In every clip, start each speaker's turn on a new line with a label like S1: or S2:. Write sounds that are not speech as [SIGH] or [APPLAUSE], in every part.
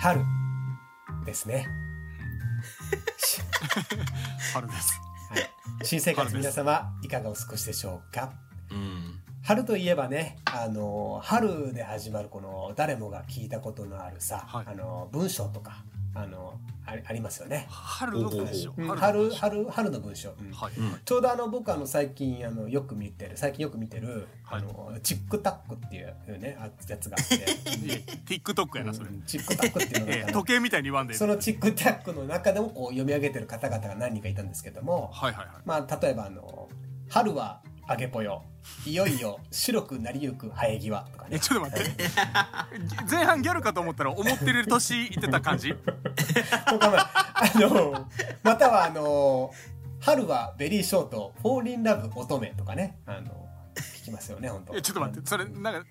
S1: 春ですね。
S2: 春です。
S1: はい、新生活皆様いかがお過ごしでしょうか
S2: うん。
S1: 春といえばね、あの、春で始まるこの誰もが聞いたことのあるさ、
S2: はい
S1: あの、文章とか、あの、ありありますよね。
S2: 春の文章。
S1: うん
S2: の
S1: 春、
S2: 文章
S1: 春、春の文章。うん
S2: はい。
S1: うんちょうどあの僕あの最近あのよく見てる最近よく見てる、
S2: は
S1: あ
S2: い
S1: のチックタックっていうねあやつがあ
S2: [LAUGHS]
S1: っ
S2: いや TikTok
S1: て、
S2: やな、それ
S1: う。んチックタックっていうのが
S2: [LAUGHS] え
S1: なんか
S2: え時計みたいに言わんで。
S1: そ
S2: はい
S1: のチックタックの中でもこう読み上げてる方々が何人かいたんですけども、
S2: はいはい。
S1: まあ、例えばあの「春はあげぽよ」「いよいよ白くなりゆく生え際」とか
S2: え、 [LAUGHS]
S1: ね
S2: ちょっと待って。前半ギャルかと思ったら、思ってる年いってた感じ。
S1: とか、まあ、あのまたはあの「春はベリーショート」「フォーリンラブ乙女」とかねあの聞きますよね本当
S2: え、ちょっと待って、それ、なんか。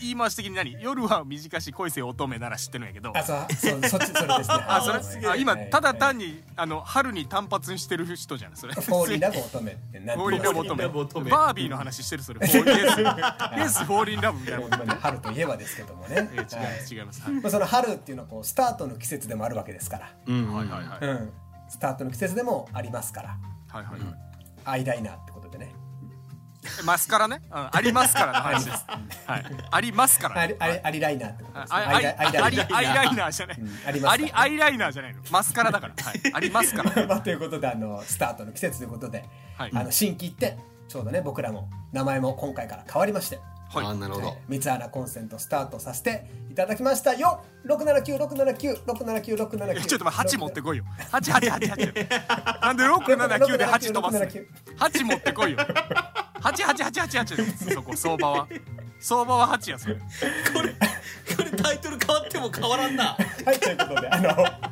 S2: 言い回し的に何夜は短し恋せ乙女なら知ってるんやけど
S1: あそうそうそっちそれですね
S2: あそ
S1: はいはい
S2: れ
S1: は
S2: あ
S1: い
S2: 今
S1: はい
S2: ただ単にあの春に単発にしてる人じゃんそれ
S1: フォーリンラブ乙女って何
S2: フォーリンラブ乙
S3: フォーリンラブ乙
S2: 女
S3: 女
S2: バービーの話してるそれフォーリンレースレースフォーリンラブみたいな
S1: もう今ね春といえばですけどもね、
S2: えー
S1: はい
S2: 違います違いますはい
S1: まあ、その春っていうのはこうスタートの季節でもあるわけですから
S3: うん
S2: はいはいはい
S1: うん、スタートの季節でもありますから
S2: はいはいはい
S1: アイライナーってことでね
S2: マスカラね、うん、ありますからの話ですはいありますから
S1: ア
S2: ね
S1: リアリアリライナーってことですね
S2: あ
S1: アイライアイラ
S2: あ
S1: イ
S2: り
S1: ナ
S2: アイライナーじゃない
S1: うんありま
S2: あ
S1: すから
S2: りアイライナーじゃないのマスカラだからはいありますから
S1: ー [LAUGHS] まあということであのスタートの季節ということで、
S2: はい
S1: あの新規一点ちょうどね僕らも名前も今回から変わりまして
S2: はい
S3: あーなるほど。
S1: 三原コンセントスタートさせていただきましたよ679679679679679
S2: ちょっと待って8持ってこいよ8888なんで679で8飛ばすね8持ってこいよ88888ですそこ相場は相場は8やそれ
S3: これ、これタイトル変わっても変わらんな。
S1: [LAUGHS] はいということであ
S2: [LAUGHS]
S1: のあ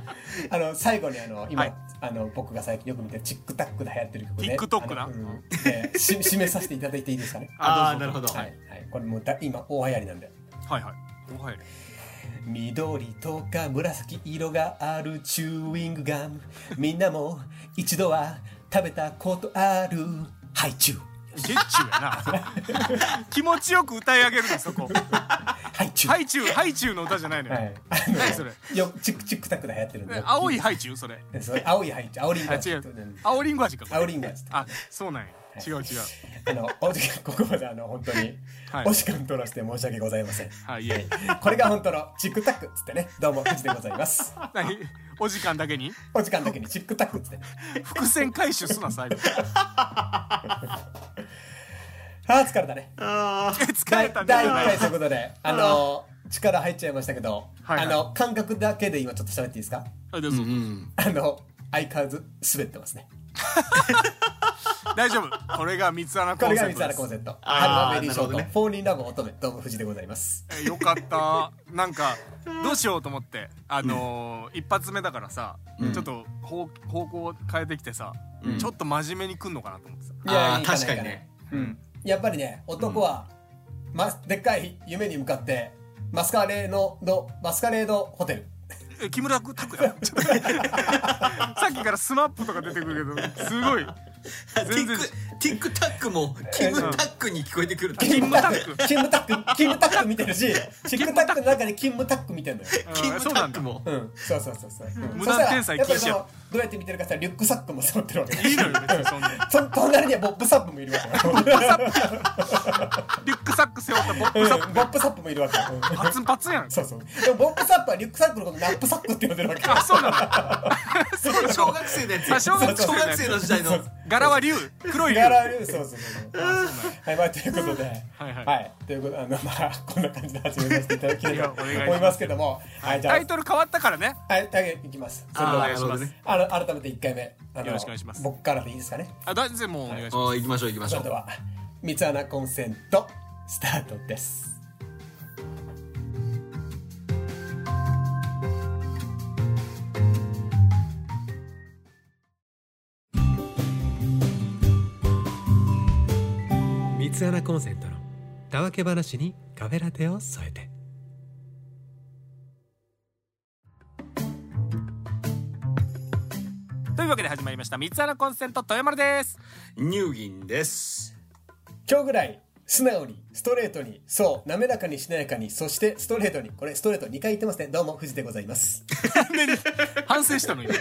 S1: の最後にあの今、
S2: はい
S1: あの僕が最近よく見てるチックタックで流行ってる曲で
S2: TikTok な
S1: あのうんでし締めさせていただいていいですか
S2: [LAUGHS]
S1: ね
S3: あ
S2: どうぞ
S3: ーなるほ
S1: は
S3: ど
S1: い、はい、これもうだ今大流行りなんで
S2: はいはいおはよ
S1: 緑とか紫色があるチューイングガムみんなも一度は食べたことあるハイチュウ
S2: 月中やな [LAUGHS] 気持ちよく歌い上げるなそこ
S1: ハイチュウ
S2: ハイチュウハイチュウの歌じゃないのよ、
S1: はい
S2: 何それ
S1: よチックチックタックで流行ってるんで
S2: 青いハイチュウそれ
S1: それ青いハイチュウ青リンゴ
S2: あ違う青リンゴ味かこれ
S1: 青リンゴ味
S2: あそうなんや違う違う
S1: あの、お [LAUGHS] 時間、ここまであの、本当に、
S2: はい
S1: お時間取らせて申し訳ございません。
S2: はいいえ
S1: これが本当のチックタックっつってね、どうも、藤でございます。
S2: 何お時間だけに
S1: お時間だけにチックタックっつって、
S2: 伏線回収すな最 [LAUGHS] 後
S1: ああ、疲れたね。
S3: あ
S2: え疲れたね
S1: 第1回ということで、あの、力入っちゃいましたけど、
S2: はいはい
S1: あの、感覚だけで今ちょっと喋っていいですか [LAUGHS]
S2: あどうぞ
S3: うん。
S1: あの、相変わらず滑ってますね。
S2: 大丈夫これが三つ穴コ
S1: こ
S2: ン
S1: れ
S2: セ
S1: が
S2: プ
S1: 三
S2: トで
S1: 原
S2: す
S1: コンセント。
S3: あー
S1: 春はベリーショー
S3: な
S1: ト、
S3: るほどね
S1: フォーリンラブ乙女、どうも藤でございます。
S2: えよかったなんかどうしようと思ってあのー一発目だからさ、ちょっと方方向を変えてきてさ、ちょっと真面目にくんのかなと思ってさ
S1: いや
S3: あー
S1: いいじゃない
S3: 確かにね
S1: うん、やっぱりね男は、ま、でっかい夢に向かってマスカレードのマスカレードホテル
S2: え木村拓哉 [LAUGHS] ちょっとさっきからスマップとか出てくるけどすごい
S3: ティ
S2: 全
S3: ッ
S2: 然
S3: ク、ティックタックも、キムタックに聞こえてくる。
S2: キ
S3: キ
S2: ム
S3: ム
S2: タック
S1: キムタックキムタック見てるしチックタックの中にキムタック見てるのよ
S2: あ
S3: タ
S2: そうな
S3: ッ
S2: んだ
S3: クも。
S1: うん、そうそうそうそう、うん
S2: 無断
S1: そしたら
S2: 転載
S1: やっぱり
S2: 禁止や
S1: そのどうやって見てるかさリュックサックも背負ってるわけ
S2: いいのよ別にそんな
S1: そ隣にはボップサップもいるわけよ
S2: リュックサック背負ったボッ
S1: うん
S2: プサッ
S1: ボップサップもいるわけようん
S2: プパツンパツンやん
S1: そうそうでもボップサップはリュックサックのことナップサックって呼んでるわけよ
S2: あそうなの
S3: 小学生のやつや。
S2: あ小
S3: 小
S2: 学
S3: 学
S2: 生のやつ
S3: 生の時代の。
S2: 柄は竜黒い竜
S1: やられるそうそうそうそうはい、まあ、ということで、
S2: はいはい
S1: ということあの、まあ、こんな感じで始めさせていただきたい
S2: い
S1: と
S2: やお願いします
S1: 思いますけど
S2: [LAUGHS]
S1: も、はい、じゃあ、
S2: タイトル変わったからね
S1: はい、だけいきます。それで
S3: あ
S1: は
S3: ー、なるほどね。
S1: あの、改めて一回目、あの
S2: よろしくお願いします
S1: 僕からでいいですかね。
S2: あ大然もうお願いします
S3: あー行きましょう行きまし
S1: そ
S3: ょ
S1: れで
S3: う。
S1: は、三つ穴コンセント、スタートです。
S4: 三つ穴コンセントのたわけ話にカフェラテを添えて
S2: というわけで始まりました三つ穴コンセント豊丸です
S3: ニューギンです。
S1: 今日ぐらい素直にストレートにそう滑らかにしなやかにそしてストレートにこれストレート2回言ってますねどうも藤でございます
S2: 反省したの今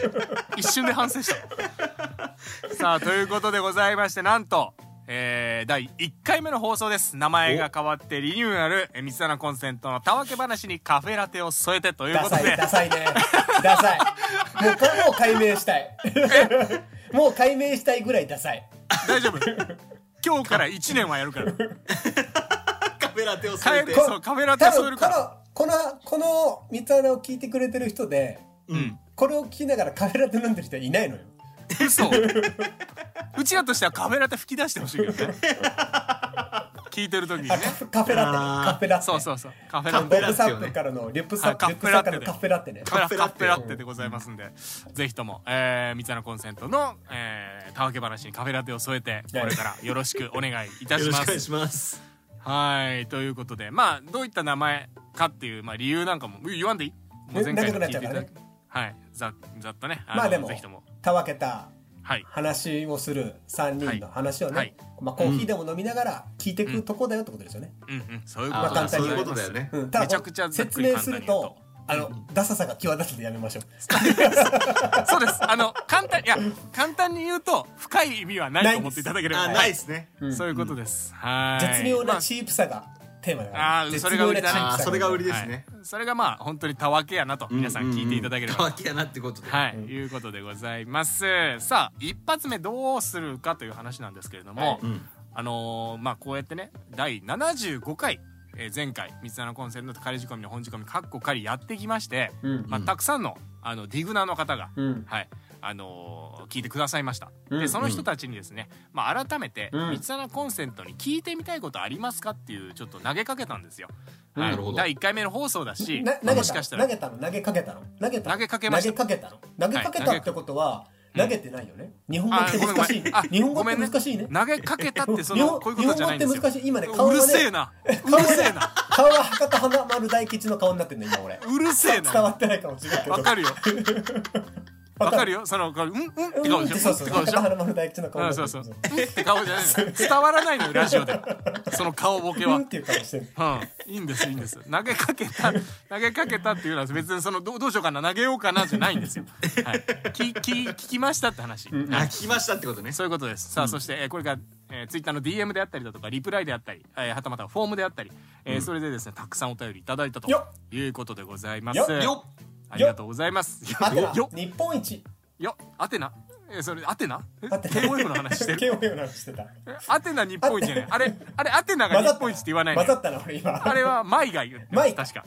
S2: 一瞬で反
S1: [LAUGHS]
S2: 省したさあということでございましてなんとえー第1回目の放送です名前が変わってリニューアルえー三ツ穴コンセントのたわけ話にカフェラテを添えてという
S1: ダ
S2: こと
S1: サい
S2: で
S1: ダサいねダサいもうこれもう解明したいもう解明したいぐらいダサい
S2: 大丈夫今日から1年はやるから
S3: カメラ手を添えて
S2: 帰るそうカメラ手添えるから
S1: 多分このこのこの三つ穴を聞いてくれてる人で
S2: うん
S1: これを聞きながらカフェラテ飲んでる人はいないのよ
S2: 嘘うちらとしてはカフェラテ吹き出してほしいけどね聞いてる時にね
S1: あカフカフェラテ
S3: あー
S1: カフェラテ
S2: そうそうそうカフェ
S1: あ
S2: ラ
S1: の
S2: テ
S1: ボブサップからのリュップサップ
S2: はい
S1: リュップサップからの
S2: カ
S1: カ
S2: フ
S1: フェラテね
S2: カフェラカ
S3: カフ
S2: フェ
S3: ェラ
S2: ラ
S3: テ
S2: テでございますんで、ぜひとも、えー、三ツ穴コンセントの、えー、たわけ話にカフェラテを添えて、これからよろしくお願いいた
S3: よ
S2: し
S3: ろしく
S2: ま
S3: お願
S2: す。
S3: いします
S2: はい、ということで、まあ、どういった名前かっていう、まあ、理由なんかも言わんでいいもう前回の聞いていただ
S1: ね長
S2: く。はい、ざざっとね、あの
S1: まあでも
S2: ぜひとも、
S1: たわけた
S2: はい、
S1: 話をする3人の話をね、
S2: はい
S1: まあ、コーヒーでも飲みながら聞いていくとこだよってことですよね、
S2: うんうん、そういうこ
S1: まあ
S2: と
S1: 簡単
S2: で
S1: に
S2: ござます
S1: そういうこと
S3: だよね
S1: うんただ
S2: めちゃくちゃざっく
S1: 説
S2: り
S1: 明
S2: 簡
S1: す
S2: 単
S1: る
S2: に言う
S1: と
S2: と。
S1: あのダサさが際立つのでやめましょう
S2: [LAUGHS] そうです。あの、簡単、いや、簡単に言うと、深い意味はないと思っていただければ。
S3: あないですね
S2: はいそういうことです。はい。
S1: 絶妙
S2: ま
S1: な
S2: あ
S1: チープさがテーマだか
S2: まあ
S1: ら、
S2: あー
S1: 絶
S2: それが
S1: 妙
S2: 売
S1: な
S2: り
S1: チ
S2: だな
S1: ープさ
S3: あー
S1: が
S3: それが売りですね
S2: はいそれがまあ本当にたわけやなと皆さん聞いていただければ、
S3: 乾きやなってことで
S2: はいいうことでございますさあ一発目どうするかという話なんですけれども、
S3: うん
S2: あのーまあこうやってね第75回、えー前回三つ穴コンセントと仮仕込みの本仕込みかっこ仮やってきまして、
S1: うん
S2: まあ、たくさんのあのディグナーの方が、
S1: うん
S2: はいあのー聞いてくださいました、
S1: うん
S2: でその人たちにですね、まあ、改めて
S1: うん
S2: 三つ穴コンセントに聞いてみたいことありますかっていうちょっと投げかけたんですよ、
S3: うん
S2: はい
S3: なるほど
S2: 第1回目の放送だし
S1: な
S2: も
S1: 投げ
S2: しか
S1: た
S2: した
S1: の投
S2: ら
S1: げたの投げかけたの投げたの
S2: 投げかけました
S1: 投げかけたの投げかけた
S2: はい
S1: ってことは、投げてないよね日本語
S2: あ
S1: って難しいね
S2: あ
S1: 日本語
S2: ご
S1: っ
S2: め
S1: て
S2: んね
S1: 難しいね
S2: 投げかけたってそ
S1: 日本
S2: のこういうことじゃないんです
S1: 日
S2: よ
S1: 本語って難しい今ね顔
S2: う
S1: がね
S2: るせえなう
S1: 顔
S2: る
S1: は
S2: せえ
S1: ね
S2: な
S1: 顔は博多華丸大吉の顔になってんね今俺
S2: うるせえ
S1: 伝わ
S2: な
S1: ってないかもしれないけど
S2: わかるよわかる
S1: よ
S2: よそのうんうんって
S1: うん
S2: 顔
S1: っ
S2: で
S1: て
S2: しょ
S1: そう
S2: うんっ
S1: そう
S2: て
S1: 博
S2: 顔でし
S1: 多華
S2: ょ
S1: 丸大吉の顔になってる
S2: うんそうそううんって顔じゃないのよ伝わらないのよラジオでその顔ボケ
S1: う
S2: は
S1: んっていう顔してる
S2: うん、いいんですいいんです投げかけた投げかけたっていうのは別にそのどうどうしようかな投げようかなじゃないんですよ、はい、きき聞きましたって話、
S3: あ聞きましたってことね
S2: そういうことです。さあ、そして、えーこれから、えー、ツイッターの DM であったりだとか、リプライであったり、えーはたまたフォームであったり、えーそれでですね、たくさんお便りいただいたと
S1: よ
S2: いうことでございます。
S1: よ
S3: よっ
S2: ありがとうございます。
S1: アテナ
S2: よ
S1: 日本一
S2: よアテナえーそれアテナえ
S1: アテナ
S2: KOF の話してる
S1: KOF の話してた
S2: えアテナ日本一じゃないあれあれアテナが
S1: 混
S2: 日
S1: ざった
S2: 本一って言わないの
S1: 混
S2: よ
S1: ざったな俺今
S2: あれはマイが言ってま
S1: マイ
S2: す確か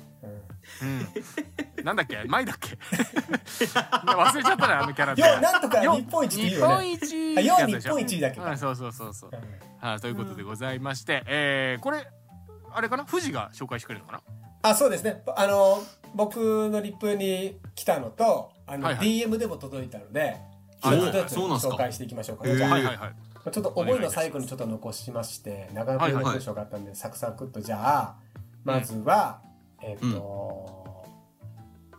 S2: うんなんだっけマイだっけ [LAUGHS] 忘れちゃったなあのキャラで
S1: ようなんとか日本一って言うよね
S2: 日本一
S1: あよう
S2: ってやつでし
S1: 日
S2: ょ
S1: 本一だっけ
S2: うんそうそうそうそうはいということでございましてえーこれあれかな富士が紹介してくれるのかな
S1: あそうですねあの僕のリップに来たのとあの、
S2: はいはい
S1: DM でも届いたので
S2: はいはい
S1: 一つずつ
S3: そうなんすか
S1: 紹介していきましょうか、
S3: へー
S1: じゃあ
S2: はいはいはい
S1: まあちょっと覚えの最後にちょっと残しまして長々と文章があったんで、サクサクっとじゃあまずは、えっ、と、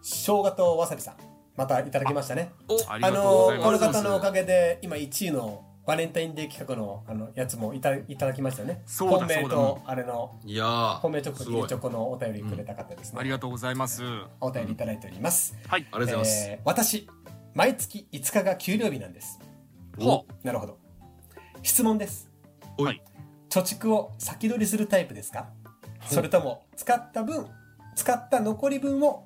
S1: 生姜とわさびさんまたいただきましたね
S3: お
S2: あり
S1: あ
S2: がとうご
S1: の
S2: ざい
S1: こ
S2: ま
S1: の
S2: す
S1: 方のおかげで今1位のバレンタインデー企画のあのやつもいたいただきましたよね
S2: そうだ
S1: 本命
S2: そう
S1: とあれの
S3: いやー
S1: 本命チョコと
S3: す
S1: 義理
S3: ごい
S1: チョコのお便りくれた方ですね、
S2: ありがとうございますは
S1: お便りいただいております、
S2: い
S3: ありがとうござい
S1: えー私毎月5日が給料日なんです
S2: ほう
S1: なるほど質問です
S3: おい
S2: はい
S1: 貯蓄を先取りするタイプですかそれとも使った分使った残り分を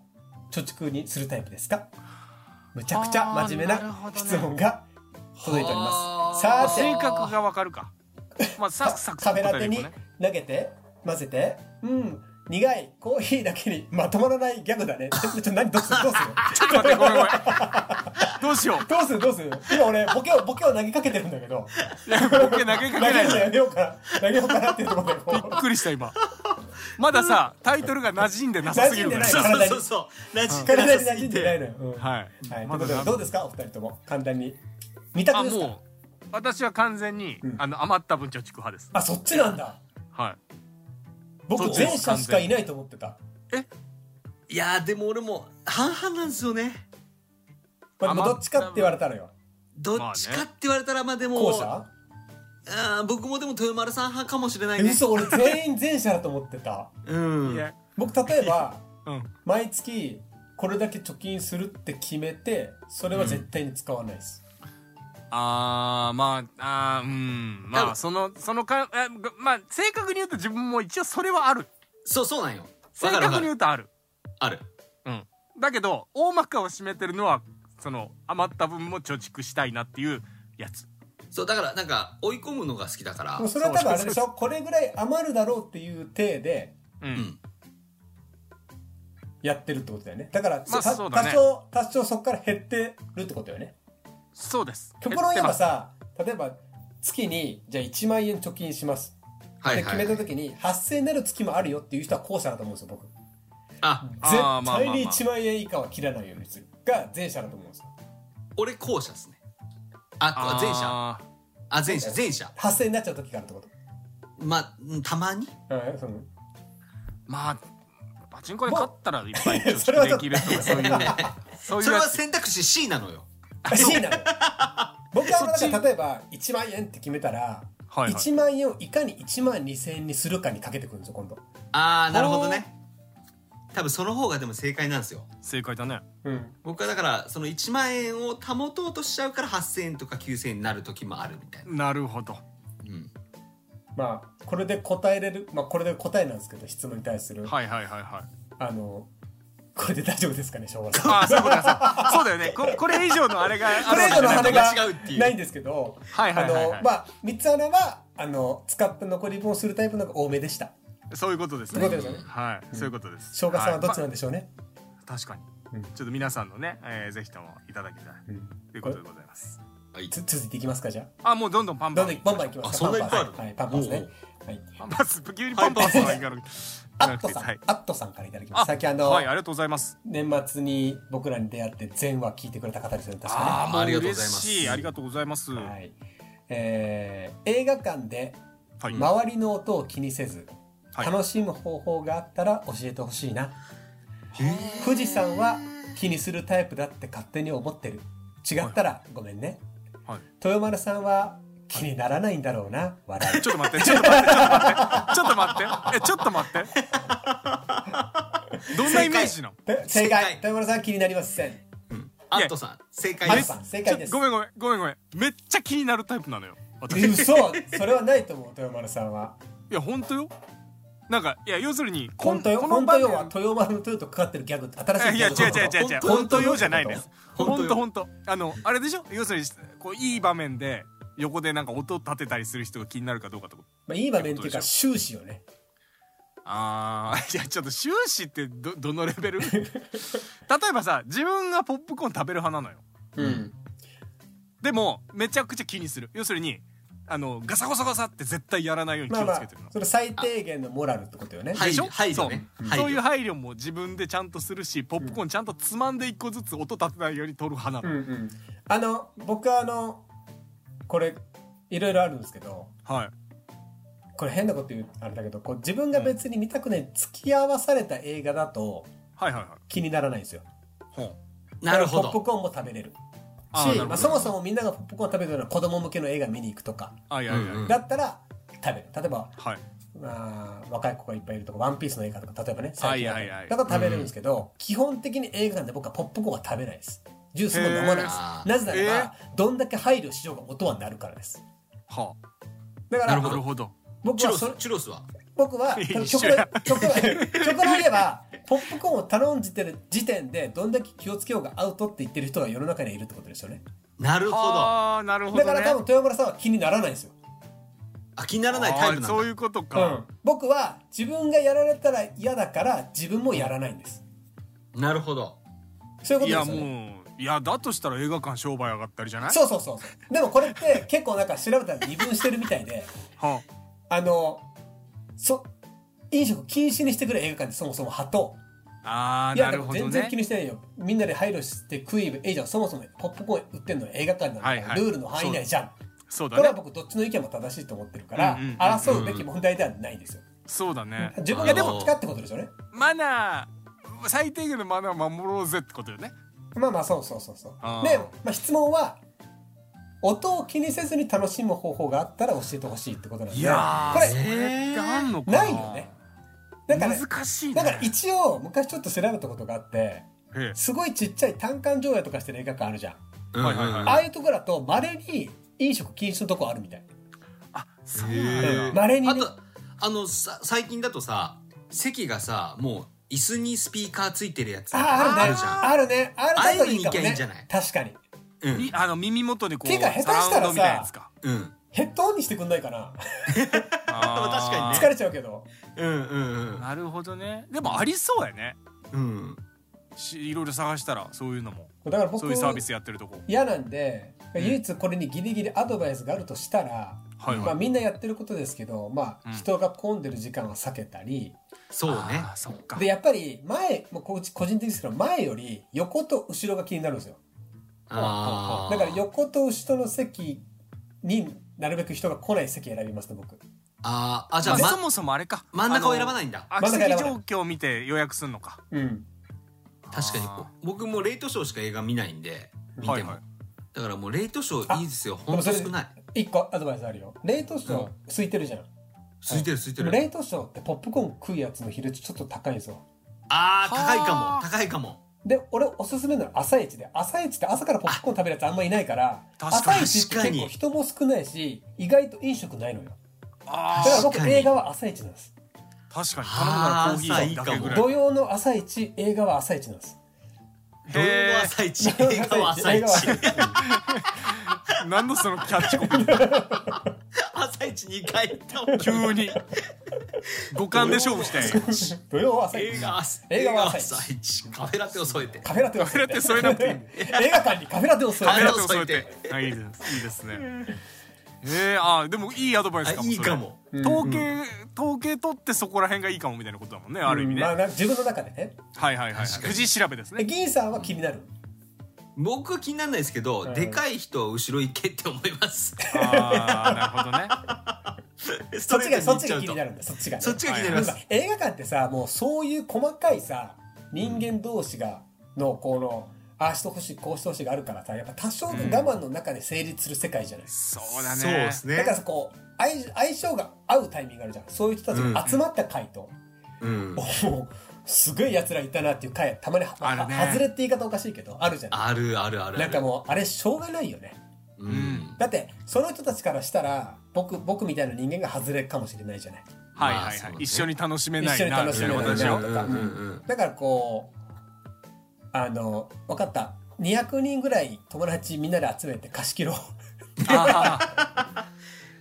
S1: 貯蓄にするタイプですかむちゃくちゃ真面目
S2: あーなる
S1: な
S2: ほどね
S1: 質問が届いております
S3: は
S1: さ
S2: あ
S3: ー
S1: て
S2: 性格がわかるかまあサクサク
S1: カフェラテ
S2: 答えてい
S1: に
S2: こうね
S1: 投げて混ぜてうん苦いコーヒーだけにまとまらないギャグだねちょっと何どうするど [LAUGHS] うする
S2: ちょっと待ってごめんごめんどうしよう
S1: どうするどうする今俺ボケをボケを投げかけてるんだけど
S2: いやボケ投げかけ
S1: 投げ
S2: ない
S1: る
S2: で
S1: のやめようかな投げようかなっていうところでこ
S2: びっ
S1: う
S2: くりした今まださタイトルが馴染んでなさすぎるから
S1: 馴
S3: そ
S1: 染
S3: う
S1: 体
S3: そ
S1: に
S3: うそうそうラジカル
S1: 体に
S3: さす
S1: 馴染
S3: ぎ
S1: んでない
S3: て
S1: のよ、うんはい
S2: はい、
S1: というこ
S2: まだ
S1: とで
S2: な
S1: どうですかお二人とも簡単に二択
S2: あ
S1: ですか
S2: もう私は完全に、
S1: うん
S2: あの余った分貯蓄派です
S1: あそっちなんだ
S2: は
S1: 僕
S2: そっちです
S1: 前者しかいないと思ってた
S3: いやーでも俺も半々なんですよね
S1: まあでもどっちかって言われたのよ
S3: どっちかって言われたらまあでも
S1: 後者
S3: あー僕もでも豊丸さん派かもしれない
S1: え
S3: ね。
S1: 嘘俺全員 [LAUGHS] 前者だと思ってた
S3: うん。
S2: いや、
S1: 僕例えば
S2: うん。
S1: 毎月これだけ貯金するって決めてそれは絶対に使わないです、
S2: あー、まあ、あーうん。
S3: 多
S2: まあ、
S3: 分
S2: その、そのか、あごまあ、正確に言うと自分も一応それはある。
S3: そう、そうなんよ。
S2: 正
S3: わかるわ
S2: 確
S3: か
S2: に言
S3: る。
S2: うとある。
S3: ある。
S2: うん。だけど、大まかを占めてるのは、その、余った分も貯蓄したいなっていうやつ。
S3: そう、だからなんか追い込むのが好きだから
S1: でも。それは多分あれでしょこれぐらい余るだろうっていう体で
S2: う。
S3: うんん。
S1: やってるってことだよねだから、
S2: まあ
S1: た
S2: そうだね
S1: 多少多少そこから減ってるってことだよね
S2: そうです。
S1: 極論言えば
S2: 減っ
S1: さ例えば月にじゃあ1万円貯金します
S3: は
S1: で
S3: い
S1: 決
S3: は
S1: め
S3: いは
S1: た
S3: い。
S1: 時に8000円になる月もあるよっていう人は後者だと思うんですよ僕
S3: あ、
S1: 絶
S2: あーまあまあまあ
S1: 対に1万円以下は切らないようにするが前者だと思うんですよ
S3: 俺後者ですね。あ、
S2: て
S3: 前
S2: ます
S3: 者。
S2: あ
S3: あ、前者、前者。
S1: 8000円になっちゃう時があるってこと
S3: まあ、うんたまに
S1: うん
S2: [LAUGHS]
S1: その
S2: ーまあ、パチンコで勝ったらいっぱい貯
S1: それはちょ
S2: 蓄
S1: っ
S2: で
S1: と
S2: きるとか、そういう、
S1: [LAUGHS]
S2: そうい
S3: そうれ
S2: や
S3: は
S2: つ。
S3: 選択肢 C なのよ。
S1: C なのよ僕はだ
S2: そ
S1: から
S2: っち
S1: 例えば1万円って決めたら、
S2: はいはい
S1: 1万円をいかに1万2000円にするかにかけてくるんですよ今度、
S3: あー、なるほどね。多分その方がでも正解なんですよ。
S2: 正解だね。
S1: うん、
S3: 僕はだから、その1万円を保とうとしちゃうから8000円とか9000円になる時もあるみたいな。
S2: なるほど。
S3: うん。
S1: まあこれで答えれる、まあ、これで答えなんですけど質問に対する、
S2: はいはいは
S1: [LAUGHS]
S2: いはい。
S1: あのこれで大丈夫ですかね昭和さん
S2: ああ、そういうことだ。そうそうだよね。ここれ以上のあれがある
S1: これ以上の
S2: わ
S1: あ
S2: けじ
S1: れ
S2: ゃない
S1: が
S3: 違うっていう
S1: ないんですけど
S2: はいはいはいはい
S1: あのまあ三つ穴はあの使った残り分をするタイプの方が多めでした
S2: そういうことです
S1: という
S2: ね
S1: こ。とですよね
S2: はい、そういうことです。
S1: 昭和さんはどっち
S2: い
S1: なんでしょうね、
S2: まあ確かに。
S1: うん
S2: ちょっと皆さんのね、えーぜひともいただきたい
S1: うん
S2: ということでございます。
S3: はい。
S1: つ続いていきますかじゃあ
S2: あ、もうどんどんパンパ
S1: ど
S2: ン。
S1: んどんバンバンいきますか
S3: あそんないっぱいある
S1: はい、パンパンですねはい
S2: パンパンス、急にパンパンスはいかなくて
S1: アットさん、
S2: はい。
S1: アットさんからいただきま
S2: あ
S1: す。さっきあの、
S2: はい、ありがとうございます。
S1: 年末に僕らに出会って全話聞いてくれた方ですよね、確か
S2: ああ、も
S3: あ
S2: う
S3: りがとうござい
S2: 嬉
S3: ます
S2: しい。ありがとうございます。
S1: ね。
S2: は。
S1: はいい。えー映画館で
S2: は
S1: 周りの音を気にせず、
S2: はい
S1: 楽しむ方法があったら教えてほしいな。富士山は気にするタイプだって勝手に思ってる。違ったらごめんね。
S2: い
S1: 豊丸さんは気にならないんだろうな、笑い。
S2: ちょっと待って、ちょっと待って、ちょっと待って、ちょっと待って。え、ちょっと待って。どんなイメージなの
S1: [LAUGHS] 正
S3: 正
S1: 解
S3: 解
S1: 豊丸さん気になりません。
S3: アットさん、正解
S1: ア
S3: で
S1: ッ
S3: す
S1: ト。さん、正解
S2: ち
S1: で
S2: ょ
S1: す。
S2: ごめんごめんごめんごめんめっちゃ気になるタイプなのよ私
S1: え
S2: い
S1: 嘘それはないと思う豊丸さんは
S2: や本当よなんかいや要するにこん
S1: 本当よ
S2: こ
S1: 本
S2: 場
S1: 当
S2: 面
S1: よは豊丸の豊とかかってるギャグ新しい
S2: い
S1: ギ
S2: や
S1: ャ
S2: 違う
S1: グ
S2: 違う違う違う本
S3: 本
S2: 当
S3: 当
S2: よ
S1: よ
S2: じゃないです
S3: 本当
S2: 本
S3: よ
S2: 当本当あのあれでしょ要するにこういい場面で横でなんか音立てたりする人が気になるかどうかってこと
S1: まあ、いい場面っていう
S2: ってこと
S1: か
S2: で
S1: 終始よね
S2: あーい [LAUGHS] やちょっと終始ってどどのレベル [LAUGHS] 例えばさ自分がポップコーン食べる派なのよ
S1: うん
S2: でもめちゃくちゃ気にする要するにあのガサゴサゴサって絶対やらないように気
S1: ま
S2: を
S1: あま
S2: つ
S1: あ
S2: けてるの、
S1: それ最低限のモラルってことよね、
S3: はい
S2: でしょ
S3: 配慮ね
S2: そう
S3: 配慮
S2: そういう配慮も自分でちゃんとするしポップコーンちゃんとつまんで一個ずつ音立てないように取る派な
S1: うん
S2: の、
S1: うんあの僕はあのこれいろいろあるんですけど
S2: はい
S1: これ変なこと言うあれだけどこう自分が別に見たくない付き合わされた映画だと
S2: はいはいはい
S1: 気にならないんですよ
S2: ほう
S3: なるほ
S1: だからポップ
S3: ど。
S1: コーンも食べれるし
S2: あーなるほど
S1: まあ、そもそもみんながポップコーン食べるような子供向けの映画見に行くとか
S2: あいやいやいや、
S3: うんうん
S1: だったら食べる例えば
S2: はい
S1: まあ、若い子がいっぱいいるとか、ワンピースの映画とか、例えばね、最近だと
S2: はいはいはい
S1: だから食べれるんですけど、基本的に映画館で僕はポップコーンは食べないです。ジュースも飲まないです
S3: へ。ー
S1: なぜならば、
S2: え
S1: どんだけ配慮しようが音はなるからです。
S2: は
S1: だか
S2: あ
S1: ら、
S2: なるほど
S1: 僕
S3: チュ
S1: は
S3: ロ
S1: それ
S3: ス、チュロスは。
S1: 僕は、
S2: いや
S1: 曲の、
S2: [LAUGHS] 一
S1: 曲
S2: 緒や
S1: の、曲の言えば、ポップコーンを頼んじてる時点で、どんだけ気をつけようがアウトって言ってる人が世の中にはいるってことですよね。
S3: なるほど。あ、
S2: ああなるほど
S1: だ
S2: ね
S1: から多分、豊村さんは気にならないんですよ。
S3: 気にならないタイプ
S2: あー
S3: なん
S2: そうい
S3: だ。
S2: うことか、
S1: うん。僕は、自分がやられたら嫌だから、自分もやらないんです。
S3: なるほど。
S1: そういうことで
S2: いや
S1: すよね。
S2: もういやだとしたら映画館商売上がったりじゃない
S1: そうそうそうそう。でもこれって [LAUGHS] 結構なんか調べたら二分してるみたいで、
S2: は
S1: あの、そ、飲食禁止にしてくれ映画館ってそもそも派と。
S2: ああ
S1: い
S2: な
S1: や、で
S2: る
S1: も
S2: ほど
S1: 全然
S2: ね
S1: 気にしてないよ。みんなで配慮して食い、ええじゃん。そもそもポップコーン売ってんのは映画館なんだから、
S2: はいはい
S1: ルールの範囲内じゃん。
S2: そう
S1: これ
S2: だ
S1: は
S2: ね
S1: 僕どっちの意見も正しいと思ってるから、
S2: うんうんうんうん
S1: 争うべき問題ではないですよ。
S2: そうだね
S1: 自分がどっちかってことでしょうね。
S2: [LAUGHS] マナー最低限のマナー守ろうぜってことよね
S1: まあまあそうそうそうそう
S2: あー
S1: で、まあ、質問は音を気にせずに楽しむ方法があったら教えてほしいってことなんで
S2: いやー
S1: これ
S2: それってあんのか
S1: ないよねなんかね
S2: 難しいね
S1: だから一応昔ちょっと調べたことがあって
S2: え
S1: すごいちっちゃい単館上映とかしてる映画館あるじゃん、
S3: うん
S2: はいはいはい
S1: ああいうとこだとまれに飲食禁止のとこあるみたい
S2: えあそうなんだ
S3: へえ
S1: まれにね
S3: あとあのさ最近だとさ席がさもう椅子にスピーカーついてるやつ
S1: ああ
S3: あ
S1: る
S3: る
S1: ね
S3: じ
S1: あ
S3: ゃ
S1: るねあるだといいかも
S3: ああいうの行きゃいい
S1: ね
S3: んじゃない
S1: 確かに
S3: んうん
S2: にあの耳元にこ
S1: ていううか下手した
S2: サ
S1: らさ
S2: ウンドみたいなやつ
S3: [LAUGHS]
S2: か
S3: うん
S1: ヘッドオンにしてくんないかな
S2: あー
S3: 確
S1: 疲れちゃうけど
S3: うんうん
S2: なるほどねでもありそうやね
S3: うんうん
S2: しいろいろ探したらそういうのも
S1: だから僕
S2: そういうサービスやってるとこ
S1: 嫌なんで
S3: ん
S1: 唯一これにギリギリアドバイスがあるとしたら、
S2: はいはい
S1: まあ、みんなやってることですけど、まあ
S2: うん
S1: 人が混んでる時間は避けたり、
S3: そうね
S2: あーそっか
S1: でやっぱり前もうこう個人的ですけど前より横と後ろが気になるんですよ
S3: あー
S1: だから横と後ろの席になるべく人が来ない席選びますね僕
S3: あーあじゃ
S2: ま
S3: あ、
S2: あ
S3: ま
S2: そもそもあれか
S3: 真ん中を選ば
S2: い
S3: ないんだ
S2: 空き
S1: 真ん中
S2: 席
S1: 選ば
S2: 状
S1: な
S2: 況を見て予約すんのか
S1: うん
S3: 確かに
S2: あ
S3: 僕もレイトショーしか映画見ないんで見ても、
S2: はいはい
S3: だからもうレイトショーいいですよほんと
S1: でもそ
S3: 少
S1: れ
S3: ない
S1: 一個アドバイスあるよ冷凍ショー空いてるじゃん、
S3: 空いてる空いて
S1: でも
S3: る、
S1: 冷凍ショーってポップコーン食うやつの比率ちょっと高いんですよ
S3: あー高いか
S2: は
S3: も
S2: ー
S3: 高いかも
S1: で俺おすすめなの朝一で朝一って朝からポップコーン食べるやつあんまいないから
S2: 確か
S1: 朝
S2: に
S1: 一って
S3: 確か
S1: 結
S3: に
S1: 構人も少ないし意外と飲食ないのよだ
S2: あ
S1: から
S3: 確
S1: 僕
S3: かに
S1: 映画は朝一なんです
S2: ー確かに頼むならコーヒーだけぐらい
S1: 土曜の朝一映画は朝一なんです
S3: 土曜の
S1: [LAUGHS]
S3: 朝一映画は朝一
S1: 映画は朝一
S2: 何のそのキャッチコピー
S3: 朝一2回行っ
S1: [LAUGHS]
S3: たもん
S2: 急に五感で勝負してんや
S1: 土曜は朝一
S3: 映画朝
S1: [LAUGHS] 映
S3: 映
S1: 画
S3: 画
S1: は
S3: は
S1: 朝
S3: 朝一カフェラテを添えて
S1: カフェラテを
S2: カフェラテ添えなくていい
S1: [LAUGHS] 映画館にカフェラテを添え
S3: カフ
S2: カ
S3: ェ
S2: メ
S3: ラ
S2: ラ手
S3: テを
S2: を
S3: 添
S2: 添
S3: え
S2: え
S3: て
S2: て。あいいですいいですね。えー、あーでもいいアドバイスか
S3: あ
S2: も。
S3: いい
S2: それ
S3: かも。
S2: 統計統計取ってそこら辺がいいかもみたいなことだもんねある意味ね。
S1: ま
S2: は
S1: あ
S2: い
S1: なんか自分の中でね
S2: はいはいはい。
S3: 確かに
S2: 富士調べです
S1: え [LAUGHS]
S2: ね。
S1: 銀さんは気になる
S3: 僕は気にならないですけど、
S1: うん
S3: でかい人は後ろ行けって思い
S1: [LAUGHS]
S3: ます。
S2: ああなるほどね。
S3: ス
S1: そ
S3: ト
S1: っ
S3: レ
S1: ち
S3: ート
S1: がそ
S3: に行
S1: っ
S3: っ
S1: ちが気
S3: ちゃうと
S1: にな。るんだそっちがね
S3: そっちが気になりま
S1: なん
S3: す
S1: か。映画館ってさもうそういう細かいさ人間同士がのこのああしてほしいこうしてほしいがあるからさやっぱ多少の我慢の中で成立する世界じゃない、
S2: そうだね。
S3: そうですね
S1: だからさこう相相性が合うタイミングがあるじゃんそういう人たちが集まった回と、
S3: うん。
S1: もうすごいやつらいたなっていう回たまには
S2: あるね
S1: は外れって言い方おかしいけどあるじゃない
S3: あるあるあるある。
S1: なんかもうあれしょうがないよね
S3: う
S2: うんん。
S1: だってその人たちからしたら僕僕みたいな人間が外れかもしれないじゃない
S2: はい
S3: まあ
S2: はい
S3: そ
S2: は
S3: う
S2: い
S3: ね。
S2: 一緒に楽しめな
S1: 一緒
S2: い
S1: に
S2: な
S1: 楽
S2: み
S1: しため
S2: い
S1: な
S2: なこ
S1: い
S2: とでし
S1: な
S2: ょ
S1: と。
S3: うん
S1: か、
S3: うんうん [LAUGHS]
S1: だからこうあの分かった200人ぐらい友達みんなで集めて貸し切ろう
S2: あ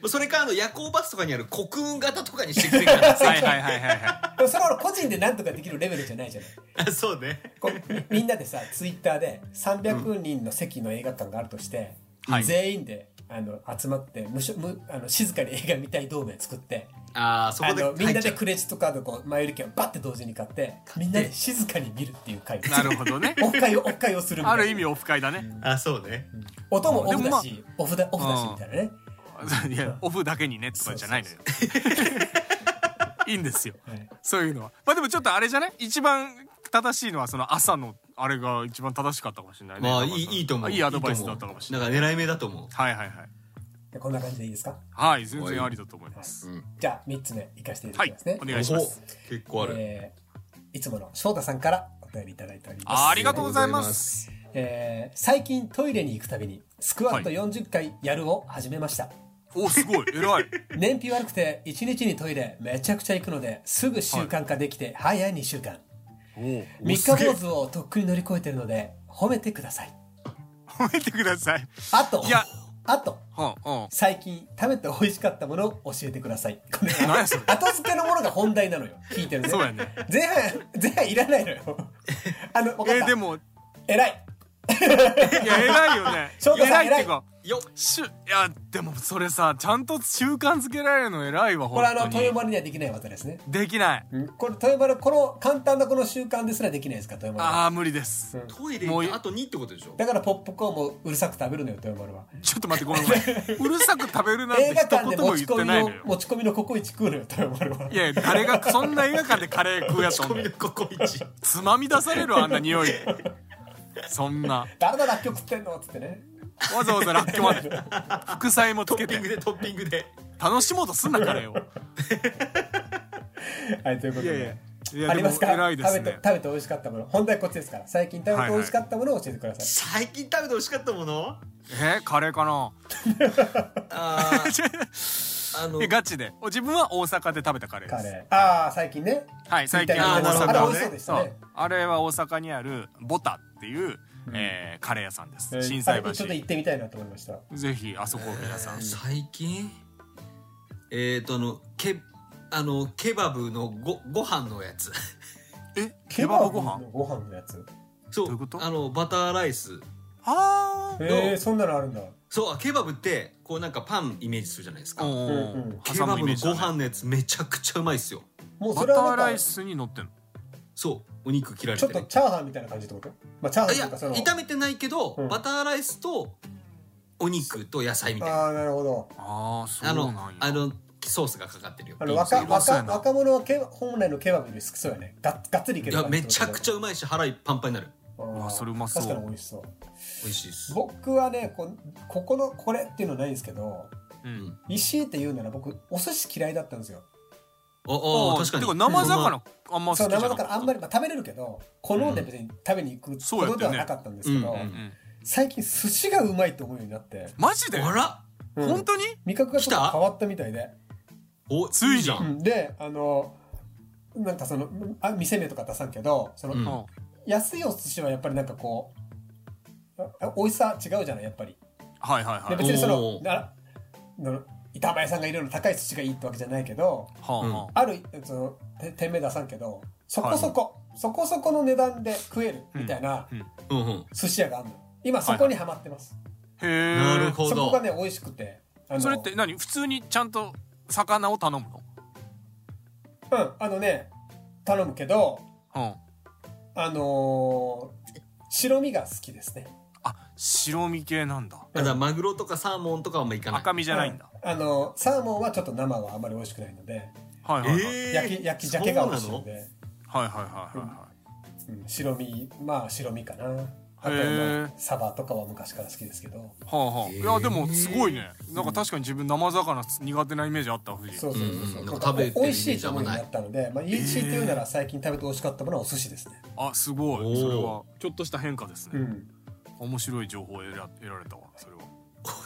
S3: もうそれかあの夜行バスとかにある国運型とかにしてくれるから
S2: ーはいはいはいはいはい。
S1: でもそれは個人でなんとかできるレベルじゃないじゃない
S3: あそうね。
S1: こうみみんなでさツイッターで300人の席の映画館があるとして、
S2: はい
S1: 全員であの集まって無所無あの静かに映画見たい同盟作って
S3: ああそこ
S1: あ
S3: で
S1: のみん
S3: 入
S1: な
S3: っちゃ
S1: で
S3: う。
S1: クレジットカードこう前売り券をバッて同時に買ってみんなで静かに見るっていう回
S2: なるほどね。
S1: オフ会をオフ会をするみたい
S2: あ
S1: な
S2: る意味オフ会だね。
S3: あそうね。
S1: 音もオフ
S2: でもま
S1: だ
S2: あ
S1: し、オフだオフだしみたいなね、
S2: [LAUGHS] いやオフだけにねとかじゃないのよ。いいんですよ。
S1: はい
S2: そういうのは。まあでもちょっとあれじゃない一番正しいのはその朝のあれが一番正しかったかもしれないね。
S3: まあ
S2: 中村
S3: いい
S2: さん
S3: いいと思う。
S2: いいアドバイスだったかもしれない。
S3: いいと思う。だから狙い目だと思う。
S2: はいはいはい。
S1: でこんな感じでいいですか
S2: はい、全然ありだと思います。
S1: じゃあ3つ目いかせていただ
S2: は
S1: き
S2: い
S1: ますね、、
S2: お願いします。
S3: お。結構ある。
S1: えーいつもの翔太さんからお便りいただいております
S2: ありがとうございます。
S1: えー最近トイレに行くたびにスクワット40回やるを始めました、
S2: お、すごい、偉い。
S1: 燃費悪くて1日にトイレめちゃくちゃ行くのですぐ習慣化できて早い2週間、
S2: お
S1: 三3日坊主をとっくに乗り越えてるので褒めてください
S2: 褒めてください。
S1: あと
S2: いや
S1: あと
S2: はあ、は
S1: 最近食べて美味しかったものを教えてくださいこれ
S2: 何やそれ
S1: 後付けのものが本題なのよ聞いてる
S2: あ、
S1: ね
S2: そうやね。
S1: 前半前半いらないのよあの分かっ
S2: え
S1: た、
S2: ー、でも、い
S1: 偉い
S2: や、偉いよね
S1: 翔。太さ
S2: 偉
S1: ん
S2: いっていうか。
S3: よっ。
S2: しゅいやでもそれさちゃんと習慣づけられるの偉いわ
S1: こ
S2: 本
S1: れあの
S2: 当
S1: 豊
S2: に
S1: 丸にはできない技ですね
S2: できない
S1: これ豊丸この簡単なこの習慣ですらできないですか豊丸は
S2: あー無理です
S3: トイレ行った後にってことでしょ。
S1: だからポップコーンもうるさく食べるのよ豊丸は
S2: ちょっと待ってごめんごめん
S1: [LAUGHS]
S2: うるさく食べるなんて
S1: 映画
S2: 一
S1: 館で
S2: 言も
S1: 持
S2: 言
S1: ち
S2: って
S1: 込
S2: ない
S1: み
S2: の
S1: を
S2: よ
S1: 持ち込みのココイチ食うのよ豊丸はい
S2: やいや誰がそんな映画館でカレー食うやつおんねん
S3: ここ [LAUGHS] 一。
S2: つまみ出されるあんな匂いそんな
S1: 誰だ楽曲食ってんのっつってね
S2: わざわざらっきょうまで副菜もつ
S3: トッ
S2: け
S3: ピ
S2: て
S3: ングでトッピングで
S2: 楽しもうとすんなからよ
S1: はい、ということで。
S2: いやいやいや
S1: ありますか
S2: 偉いです
S1: 食べて
S2: ね
S1: 食べて美味しかったもの本題はこっちですから最近食べて美味しかったものを教えてください、
S3: 最近食べて美味しかったもの
S2: えーカレーかな
S3: あ [LAUGHS] ーあの
S2: えガチでお自分は大阪で食べたカレーです
S1: カレーああ最近ね
S2: はい最近
S1: みた
S2: 大
S3: いな
S2: 阪
S3: あれ美味し
S1: そうでしたね
S2: そうあれは大阪にあるボタっていう、えーカレー屋さんです、心斎
S1: あれちょっと
S2: 橋
S1: 行ってみたいなと思いました
S2: ぜひあそこを皆さん、
S3: 最近えっ、ー、とあのケあのケバブのごご飯のやつ
S2: えケバブご
S1: の
S2: 飯
S1: ご飯のやつ
S3: そう
S2: どういうこと
S3: あのバターライス
S2: あー
S1: へえそんなのあるんだ
S3: そうあケバブってこうなんかパンイメージするじゃないですか、
S2: おー
S1: うんうん
S3: ケ
S2: 挟
S3: バ
S2: むイ
S3: ブ
S2: メー
S3: の
S2: ジだ
S3: ご
S2: ね
S3: 飯のやつめちゃくちゃうまいっすよ
S1: もう
S2: バ
S1: そ
S2: タ
S1: れ
S2: ー
S1: は
S2: ラ
S1: なん
S2: イ
S1: か
S2: スに乗ってんの
S3: そうお肉切られ
S1: ち
S3: て
S1: ょっ
S3: ね
S1: とチャーハンみたいな感じってことまあチャーハンと
S3: い
S1: い
S3: や
S1: うかその
S3: 炒めてないけど、
S1: うん
S3: バターライスとお肉と野菜みたいな
S1: ああなるほど
S2: ああそう
S3: あ
S2: なん
S3: の
S2: や
S3: あのソースがかかってるよ
S1: あの
S3: いいんです
S1: 若
S3: よ
S2: うまそうや
S1: 若
S2: な
S1: 若者はケバ本来のケバブより好きそうやねががっつりいけ
S3: い
S1: る
S3: やめちゃくち
S1: ゃ
S3: ゃうまいし腹いっぱいパンパンになる
S2: うわそれうまそう
S1: 確かに美味しそう
S3: 美味しいです
S1: 僕はねこここのこれっていうのないんですけど
S2: うん
S1: 石って言うなら僕お寿司嫌いだったんですよ
S3: ああ確か
S2: て
S3: に
S2: か生魚あんま好き
S1: そ
S2: じゃ
S1: う
S2: な
S1: 生
S2: かった
S1: 魚あんまり、まあ、食べれるけど好んで別に食べに行く
S2: そう
S1: こ
S2: やっ
S1: とで
S2: たよ
S1: は
S2: ね
S1: なかったんですけど、
S3: うんうん
S2: うん
S1: 最近寿司がうまいと思うようになって、
S2: マジで
S3: あら
S1: うん
S2: 本当に
S1: 味覚がちょっ
S3: 来た
S1: と変わったみたいで、
S3: お
S2: ついに
S3: いじゃ
S1: うんん、であのなんかそのあ店名とか出さんけどその、
S3: うん
S2: うん
S1: 安いお寿司はやっぱりなんかこうあ美味しさ違うじゃないやっぱり
S2: はいはいは
S1: で
S2: い
S1: 別にそ
S3: お
S1: の
S3: ー
S1: なの板前さんがいろいろ高い寿司がいいってわけじゃないけど
S2: はあはあ
S1: あるそのて店名出さんけどそこそこ、そこそこの値段で食えるみたいな
S3: うんうん
S1: 寿司屋があるの今そこにはまってます、
S2: へえ
S3: なるほ
S1: そこが
S3: ど
S1: ね美味しくてあの
S2: それって何普通にちゃんと魚を頼むの
S1: うんあのね頼むけど
S2: うん
S1: あのー白身が好きですね
S2: あ白身系なんだ
S3: あだからマグロとかサーモンとかはもういかない
S2: 赤身じゃないんだ、
S1: あのサーモンはちょっと生はあまり美味しくないので
S2: はいはいはい、
S3: えー
S1: 焼き焼き鮭が美味しいの
S3: そうな
S1: で
S2: はいはいはいはいは
S1: うん白身まあ白身かなあとは
S2: へー
S1: まあサバとかは昔から好きですけど
S2: いはあはあ、
S3: え
S2: い
S3: ー
S2: やでもすごいねなんか確かに自分生魚苦手なイメージあった藤井
S1: そうそうそううんそ
S3: な
S1: うん
S3: か食べてる
S1: 美
S3: イメ
S1: 味し
S3: ー
S1: い
S3: ジ
S1: と
S3: あん
S1: 思
S3: ま
S1: うように
S3: ない
S1: なったので、まあ、いいしいって言うなら最近食べて美味しかったものはお寿司ですね
S2: あすご
S3: お
S2: い
S3: ー
S2: それはちょっとした変化です
S1: う
S2: ね、
S1: ん
S2: 面白い情報を得ら得られたわそれは
S3: 面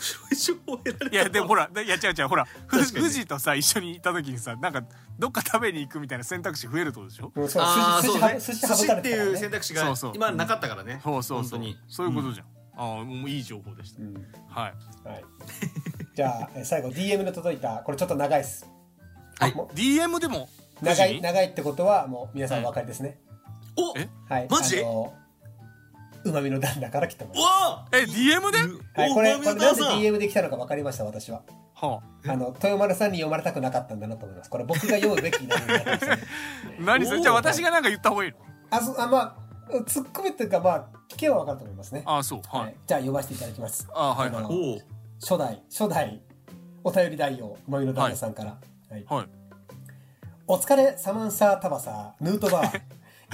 S3: 白い情報得られ
S2: い
S3: た
S2: やでも
S3: [LAUGHS]
S2: ほらでいや違う違うほらふ
S3: 確かに
S2: 藤井とさ一緒にいた時にさなんかどっか食べに行くみたいな選択肢増えるってことでしょ
S1: うんそう
S3: ああ
S1: 寿
S3: そ
S1: 司
S3: う
S1: はぶ寿司はぶた
S3: ね寿司
S1: れ
S3: って
S1: てたから
S3: いう
S1: ね
S3: 選択肢
S2: そ
S3: が
S2: うそう
S3: 今なかったからね
S2: そうそうそ
S3: 本
S2: う
S3: 当に
S2: そういうことじゃん、ああもういい情報でした、
S1: うん
S2: はい
S1: はい、 [LAUGHS] じゃあえ最後 DM で届いたこれちょっと長いです
S3: はい
S1: も
S2: DM でも
S1: う長
S2: 藤
S1: い
S2: 井
S1: 長いってことはもう皆さんお分かりですね、
S3: お
S2: え
S1: はい
S3: マジ
S1: あのうまみの旦那から来てます
S3: わあ
S2: え DM で、
S1: はい、これこれなんで
S3: さん
S1: DM できたのか分かりました私は
S2: は
S1: あの豊丸さんに読まれたくなかったんだなと思いますこれ僕が読むべきなのになってますね
S2: あ何それじゃあ私がなんか言った方がいいの
S1: あそあまあツッコミっていうかまあ聞けば分かると思いますね
S2: ああそうはい、
S1: はい、じゃあ読ませていただきます
S2: ああはいはい
S1: あの
S3: おう
S1: 初代初代お便り代用うまみの旦那さんから、はい
S2: はい
S1: お疲れサマンサータバサーヌートバ
S2: [LAUGHS]
S1: ー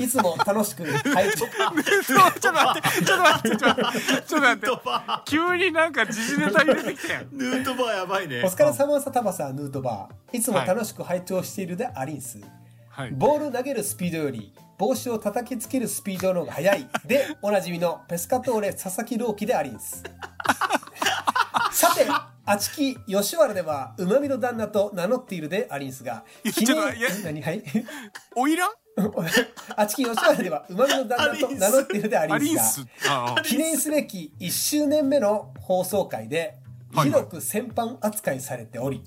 S1: いつも楽しく拝聴
S2: ちょっと待って、ちょっと待って、ちょっと待って、ちょっと待
S3: ヌー
S2: って
S3: トバ
S2: 急になんか時事ネタ入れてきたやん
S3: ー。ヌートバーやばいね
S1: お疲れサマンサータバサーヌートバーいつも楽しく拝聴しているでアリンス、
S2: はい。
S1: ボール投げるスピードより帽子を叩きつけるスピードの方が速いでおなじみのペスカトーレ佐々木朗希でありん
S2: [LAUGHS]
S1: すさてあちき吉原ではうまみの旦那と名乗っているでありんすが
S2: いや
S1: 記
S2: ちょっといや
S1: 念何はい [LAUGHS]
S2: おいらん
S1: あちき吉原ではうまみの旦那と名乗っているであ
S2: ア
S1: り
S2: リ
S1: ん
S2: ン
S1: す
S2: ス
S1: が。
S2: ああ
S1: 記念すべき1周年目の放送回で
S2: はい
S1: 広く戦犯扱いされており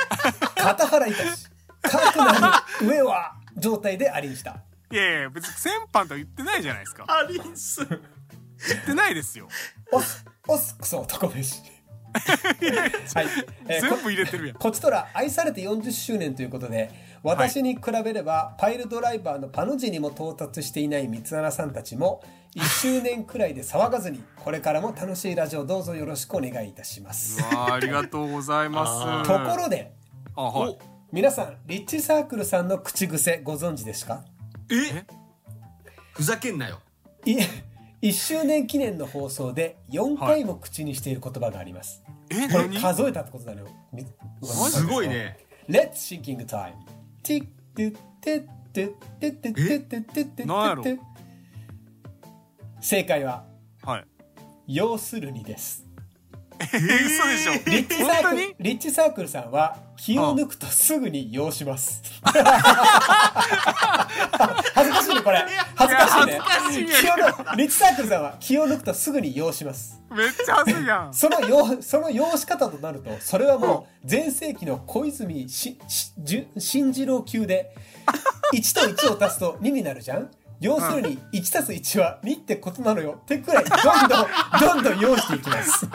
S1: [LAUGHS] 片原いたしかくなる上は状態でありんした。
S2: いやいや、別に先般とは言ってないじゃないですか。
S3: アリンス
S2: 言ってないですよ。
S1: オス、オスクソ男
S2: [LAUGHS]
S1: 飯。はい、えー
S2: 全
S1: こ
S2: 部入れてるやん。
S1: こちとら愛されて40周年ということで私に比べれば、パイルドライバーのパの字にも到達していない三原さんたちも1周年くらいで騒がずにこれからも楽しいラジオどうぞよろしくお願いいたします。
S2: うわあ、ありがとうございます。
S1: ところで
S2: あ、はい。
S1: 皆さんリッチサークルさんの口癖ご存知ですか
S3: えふざけんなよ
S1: い1周年記念の放送で4回も口にしている言葉があります。
S2: え
S1: これ
S2: 何
S1: 数えたってことだよ。み
S3: すごい。ね。
S1: Let's Thinking Time。ティッテッテッテッテッテッテッテッテッテッテッ正解は、
S2: はい。
S1: 要するにです。
S2: えー、嘘
S1: リッ
S2: で
S1: チ
S2: しょ。
S1: サー
S2: 本当
S1: ク
S2: に
S1: ル、リッチサークルさんは気を抜くとすぐに要します。恥ずかしいね、これ。恥ずかしいね。
S2: 恥ずかしい
S1: 気を抜くリッチサークルさんは気を抜くとすぐに要します。
S2: めっちゃ恥ずいやん。
S1: その用その用し方となるとそれはもう全盛期の小泉ししじゅ進次郎級で1と1を足すと2になるじゃん要するに1たす1は2ってことなのよってくらいどんどんどんどん用意していき
S2: [LAUGHS]
S1: ます。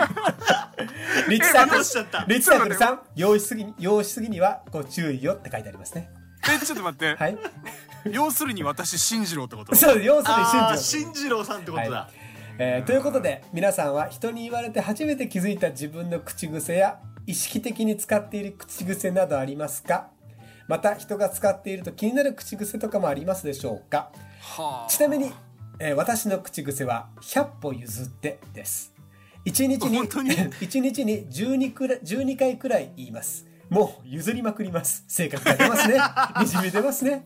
S1: リッチサーク
S3: えしちゃった
S1: [LAUGHS] ルリッチサークルさん用意しすぎに用意しすぎにはご注意よって書いてあります [LAUGHS] ね。
S2: [LAUGHS] え、ちょっと待って。
S1: はい。
S2: 要するに私、進次郎ってこと
S1: そう要するに進次
S3: あ
S1: 郎
S3: あ、新次郎さんってことだ。
S1: えーということで皆さんは人に言われて初めて気づいた自分の口癖や意識的に使っている口癖などありますかまた人が使っていると気になる口癖とかもありますでしょうか
S2: はあ
S1: ちなみに、えー私の口癖は100歩譲ってです1日に
S2: 本当に
S1: [LAUGHS] 一日に 12, くらい12回くらい言いますもう譲りまくります性格が出ます
S2: [LAUGHS]
S1: ねにじみ出ますね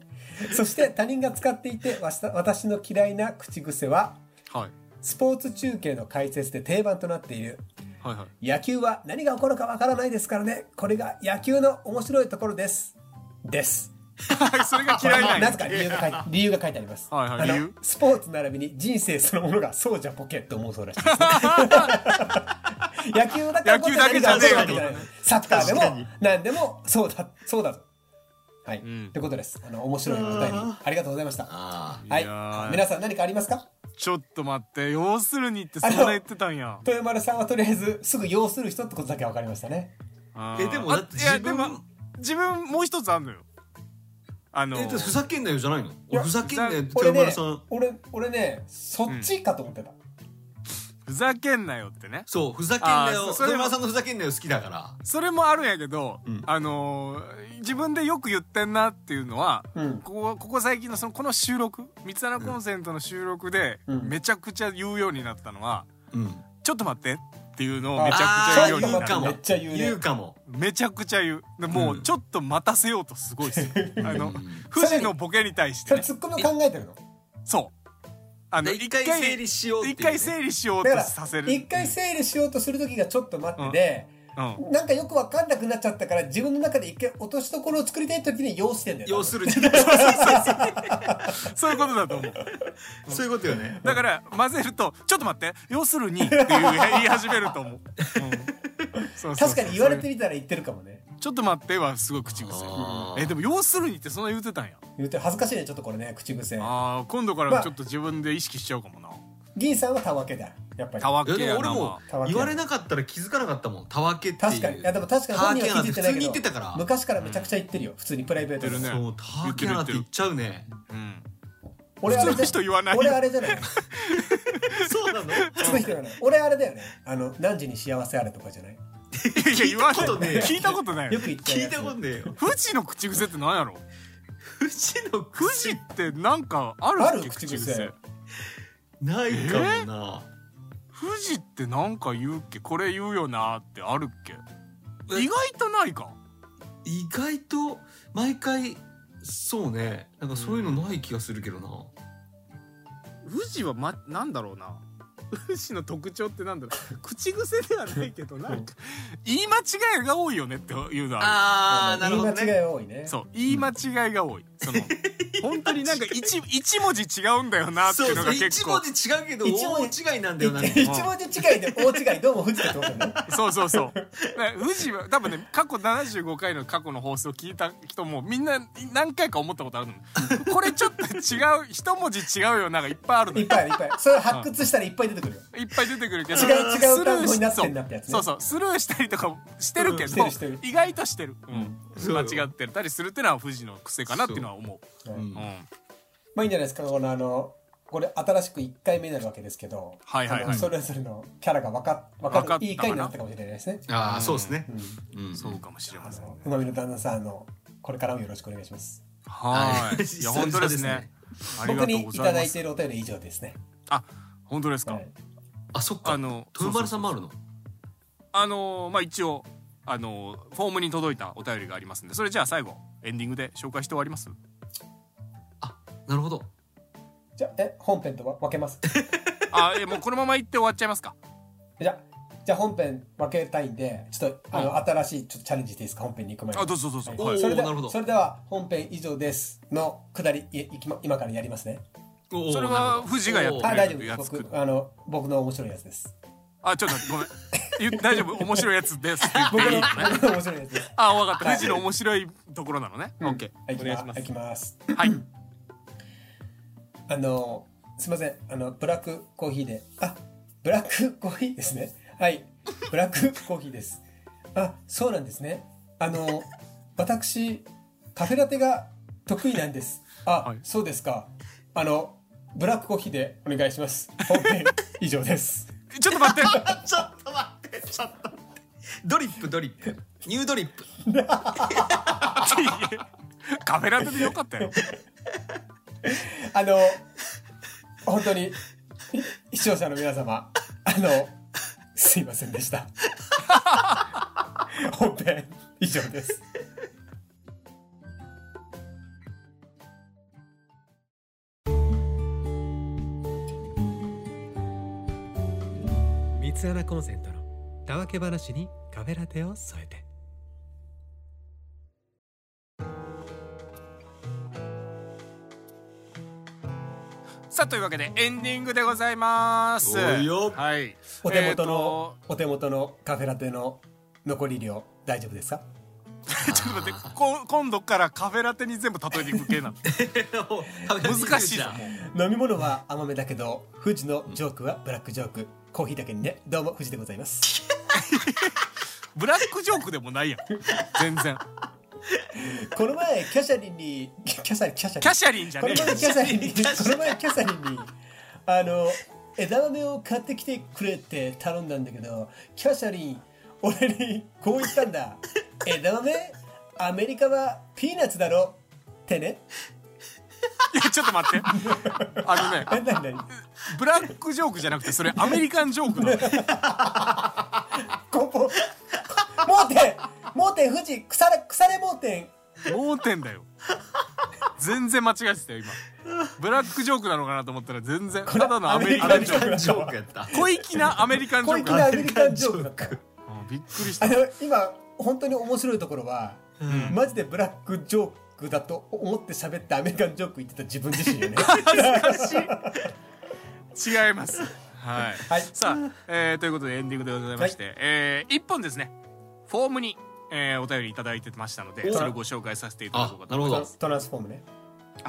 S1: そして他人が使っていてわした私の嫌いな口癖は
S2: はい。
S1: スポーツ中継の解説で定番となっている
S2: はいはい。
S1: 野球は何が起こるかわからないですからねこれが野球の面白いところですです
S2: はい、 [LAUGHS] それが嫌いなんや
S1: なぜか理由が書いて理由が書いてあります、
S2: はいはい
S1: あ
S2: 理
S1: の
S2: 由
S1: スポーツ並びに人生そのものがそうじゃポケって思う
S2: [LAUGHS]
S1: そうらしいです、野球だからこそ
S2: 野球だけじゃねえよ
S1: 何が起こるかわからないサッカーで
S3: 確か
S1: も
S3: に
S1: 何でもそうだそうだぞはい、と
S2: ん
S1: いうことですあの面白いお答えにありがとうございました
S3: あ
S1: はい
S2: いやー
S1: 皆さん何かありますか
S2: ちょっと待って、要するにってそんな言ってたんや。
S1: 豊丸さんはとりあえずすぐ要する人ってことだけ分かりましたね
S2: あ
S3: え
S2: ー
S3: でも
S2: あ
S3: だって
S2: いや
S3: 自分
S2: でも自分もう一つあんのよあ
S3: あ。
S2: の
S3: えふざけんなよじゃないの
S1: や
S3: ふざけんなよって
S1: 俺
S3: 豊
S1: ね
S3: 丸さん
S1: 俺俺ねそっちかと思ってた、
S2: ふざけんなよってね
S3: そうふざけんな
S2: あ
S3: よ
S2: ーそれは
S3: 豊丸さんのふざけんなよ好きだから
S2: それもあるんやけど、
S3: うん
S2: あのー自分でよく言ってんなっていうのは、
S1: うん
S2: ここここ最近のそのこの収録三つ穴コンセントの収録で
S1: うん
S2: めちゃくちゃ言うようになったのは、
S3: うん
S2: ちょっと待ってっていうのをめちゃくち
S3: あ
S2: ゃ
S3: あ
S2: 言うよう
S3: ー言
S2: に
S3: う
S2: なった
S3: か
S1: め
S3: も
S1: っちゃ言うね
S3: 言うかも
S2: めちゃくちゃ言うでもう
S3: うん
S2: ちょっと待たせようとすごいで
S3: [LAUGHS]
S2: すよ、あの
S3: うん
S2: 富士のボケに対し
S1: そ
S2: て、
S1: れ
S2: ね、
S1: ツッコミを考えてるの
S2: そうあの
S3: で一回整理しようっていう
S2: 一回整理しよう
S1: だ
S2: と
S1: から
S2: させる
S1: 一回整理しようとする時がちょっと待ってで、
S2: うん
S1: なんかよく分かんなくなっちゃったから自分の中で一回落としどころを作りたい時に要してんだよ
S3: 要す
S1: る
S3: るに
S2: そういうことだと思う
S3: そういうこと
S2: [LAUGHS]
S3: よね
S2: だから混ぜるとちょっと待って要するにっていう言い始めると思う,、うん、そうそうそう
S1: 確かに言われてみたら言ってるかもね
S2: ちょっと待ってはすごい口癖
S3: あー
S2: えでも要するにってそんな言うてたんや
S1: 言って恥ずかしいねちょっとこれね口癖
S2: あー今度からちょっと自分で意識しちゃうかもな、
S1: 銀さんはたわけだやっぱり
S2: たわ
S3: いや
S2: け
S3: で
S2: や
S3: も俺
S2: な
S3: も
S1: たわけ
S3: 言われなかったら気づかなかったもんたわけってい
S1: 確
S3: う
S1: かにいやでも確かに本人は気づいてないけ
S3: たわけなんて普通
S1: ど
S3: に言ってたから
S1: 昔からめちゃくちゃ言ってるよ普通にプライベートで
S2: 言ってるね
S3: そうたわけなんて言っちゃうね
S2: うん、
S1: 俺あれ
S2: 普通の人言わない
S1: 俺あれじゃない
S3: そうなの
S1: 普通の人言わない俺あれだよねあの何時に幸せあれとかじゃない
S2: いやいや言わない
S3: 聞いたことねえ
S2: 聞いたことない
S1: よ
S2: よ
S1: く言って
S3: 聞いたことねえよ
S2: 富士の口癖って何やろ
S3: 富 [LAUGHS] 士の
S2: 富
S3: 口
S2: 士ってなんかある
S1: あ
S2: っ
S1: る
S2: け
S1: 口
S2: 口
S1: 癖
S2: 癖
S3: ないかもな
S2: 富士ってなんか言うっけこれ言うよなってあるっけ
S3: え
S2: 意外とないか
S3: 意外と毎回そうねなんかそういうのない気がするけどな
S2: 富士はまなんだろうな富士の特徴ってなんだろう [LAUGHS] 口癖ではないけどなんか言い間違いが多いよねっていうのはあ
S3: あ
S1: 言い間違いは多いね
S2: るそう言い間違いが多いその [LAUGHS] 本当になんか一一文字違うんだよなって
S3: そ
S2: いううの
S3: そ
S2: が
S3: う一
S2: 結構
S3: 文字違うけど
S1: 一文
S3: 大違いなんだ
S1: い
S3: よな
S1: 一文字違い
S2: [LAUGHS]
S1: で大違いどうも藤田ってことね
S2: そうそうそうだから富士は多分ね過去75回の過去の放送を聞いた人もみんな何回か思ったことあるのこれちょっと違う一文字違うよながいっぱいあるの
S1: いっ
S2: よ
S1: ぱいあるいっぱいあるそれ発掘したらいっぱい出てくるよ
S2: いっぱい出てくるけど
S1: 違う違う
S2: スル
S1: 単
S2: ー
S1: 語
S2: し
S1: になってんなってやつね
S2: そうそうそうスルーしたりとかもしてるけど、
S1: うんしてるしてる
S2: 意外としてる、うん
S3: そう
S2: 間違ってたりするってのは富士の癖かなっていうのは思う
S1: う
S2: う、ん、
S1: まあいいんじゃないですかこのあのこれ新しく1回目になるわけですけど
S2: はいはいはい
S1: あのそれぞれのキャラが分か分
S2: 分
S1: か
S2: かっ
S1: るい
S2: た
S1: い回になったかもしれないですね
S3: ああそうですね
S1: うん
S3: うん
S2: そうかもしれません
S1: うまみの旦那さんあのこれからもよろしくお願いします
S2: はーいいや
S3: そう
S2: 本当ですねあり
S1: 僕
S2: がと
S1: に
S2: うご
S1: い
S2: ざ
S1: た
S2: い
S1: だ
S2: ま
S1: い
S2: す
S1: ているお便り以上ですね
S2: あ本当ですか、
S1: はい、
S3: あそっか
S2: あの
S3: 豊丸さんもある
S2: の
S3: の
S2: あのーまあ一応あのーフォームに届いたお便りがありますんでそれじゃあ最後エンディングで紹介して終わり
S3: [LAUGHS]
S2: ます
S3: なるほど
S1: じゃあえ本編とわ分けます
S2: あえもうこのまま行って終わっちゃいますか
S1: じゃあじゃあ本編分けたいんでちょっとあの、新しいちょっとチャレンジしていいですか本編に行く前に
S2: あどうぞどうぞ、
S1: はい
S2: はい
S3: おー
S1: それでは
S3: なるほど
S1: それでは本編以上ですのくだりいいきま今からやりますね
S3: おー
S2: それ
S3: なる
S2: は
S3: ほど
S2: 富士がやって
S1: あ
S2: く
S1: 大
S2: れ
S1: 丈
S2: るや
S1: 夫
S2: つ
S1: 僕あの僕の面白いやつです
S2: あちょっと待ってごめん言大丈夫面白いやつですって言って
S1: 僕
S2: い
S1: の
S3: [LAUGHS]
S2: いのね
S1: [LAUGHS] 僕の面白いやつです
S2: あ分かった
S1: はい
S2: 富士の面白いところなのね、オッケ
S1: はい
S2: ーお願いし
S1: 行
S2: ま
S1: き
S2: す
S1: いきます
S2: はい
S1: あのすいませんあのブラックコーヒーであブラックコーヒーですねはいブラックコーヒーですあそうなんですねあの私カフェラテが得意なんですあ、
S2: はい
S1: そうですかあのブラックコーヒーでお願いします本編以上です
S2: ちょっと待って [LAUGHS]
S3: ちょっと待ってちょっと待ってドリップドリップニュードリッ [LAUGHS] プ
S2: カフェラテでよかったよ
S1: あの本当にい視聴者の皆様あのすいませんでした [LAUGHS] 本編以上です
S4: 三つ穴コンセントのたわけ話にカフェラテを添えて
S2: さあというわけでエンディングでございます
S3: おいよ
S2: はい
S1: お手元
S2: えーと
S1: の、お手元のカフェラテの残り量大丈夫ですか
S2: ちょっと [LAUGHS] 待ってこ今度からカフェラテに全部例えていく系なの難しいな
S1: 飲み物は甘めだけど富士のジョークはブラックジョークコーヒーだけにねどうも富士でございます
S2: ブラックジョークでもないやん全然
S1: この前キャシャリンにキャシャリンキャシャ
S2: キ
S1: リ
S2: ャシャリンじゃ
S1: ンこ
S2: ね
S1: の
S2: えよ
S1: 前キャシャリンに
S3: キャシ
S1: この
S3: ャリン
S1: 前キャシャリンにあの枝豆を買ってきてくれって頼んだんだけどキャシャリン俺にこう言ったんだ枝豆アメリカはピーナッツだろってね
S2: いやちょっと待ってあのね
S1: え何何
S2: ブラックジョークじゃなくてそれアメリカンジョークなの
S1: ここ盲点盲点富士腐れ腐れ盲点
S2: 盲点だよ全然間違えてたよ今ブラックジョークなのかなと思ったら全然ただのアメリカンジョーク
S3: ジョークやった
S2: 小粋なアメリカンジョ
S1: 小
S2: ーク
S1: 粋なアメリカンジョークだった
S2: うんびっくりし
S1: あ
S2: た
S1: の今本当に面白いところは、マジでブラックジョークだと思って喋ってアメリカンジョーク言ってた自分自
S2: [LAUGHS]
S1: 身よね
S2: 違います。はい。
S1: はい
S2: さあ、えーということでエンディングでございまして、えー一本ですね。フォームに、えーお便りいただいてましたので、
S1: お
S2: それをご紹介させていただこうかと
S3: あな
S2: 思い
S3: るほ
S2: ま
S3: ど
S2: す。
S1: トランスフォームね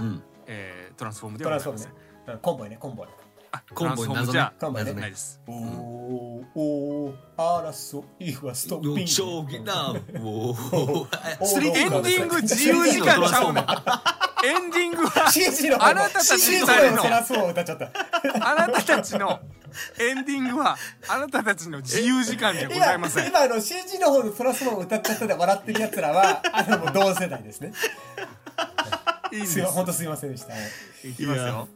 S3: うん
S2: えートランスフォームで
S1: ト
S2: は
S1: ラ
S2: ご
S1: ンス
S2: ざ
S1: フォームね
S2: いません。
S1: うんコンボイねコンボイ
S2: あト
S3: コ
S2: ラ
S3: ン
S2: ン
S3: ボ
S2: ス
S3: イ
S2: フォーム
S3: 謎
S2: じ
S3: ね
S2: ゃ
S1: コンボイね
S2: ないです。
S1: おーおー争いはストッピン
S3: 将 [LAUGHS] 棋だおー
S1: ス
S2: エ
S1: リ
S2: ン
S1: ー
S2: ディング自由時間ちゃうねん。エンディングは
S1: CG の
S2: あなたたち
S1: CG
S2: の
S1: の
S2: 二人
S1: トラン
S2: の
S1: スフォーム歌っちゃった
S2: あなたたちのエンディングはあなたたちの自由時間じゃございませ
S1: 今
S2: ん。
S1: 今あの CG の方のトランスフォーム歌っちゃったで笑ってるやつらはあのもう同世代ですね
S2: いいんです
S1: い
S2: す
S1: ま。本当すいませんでした、はい
S2: いきますよ。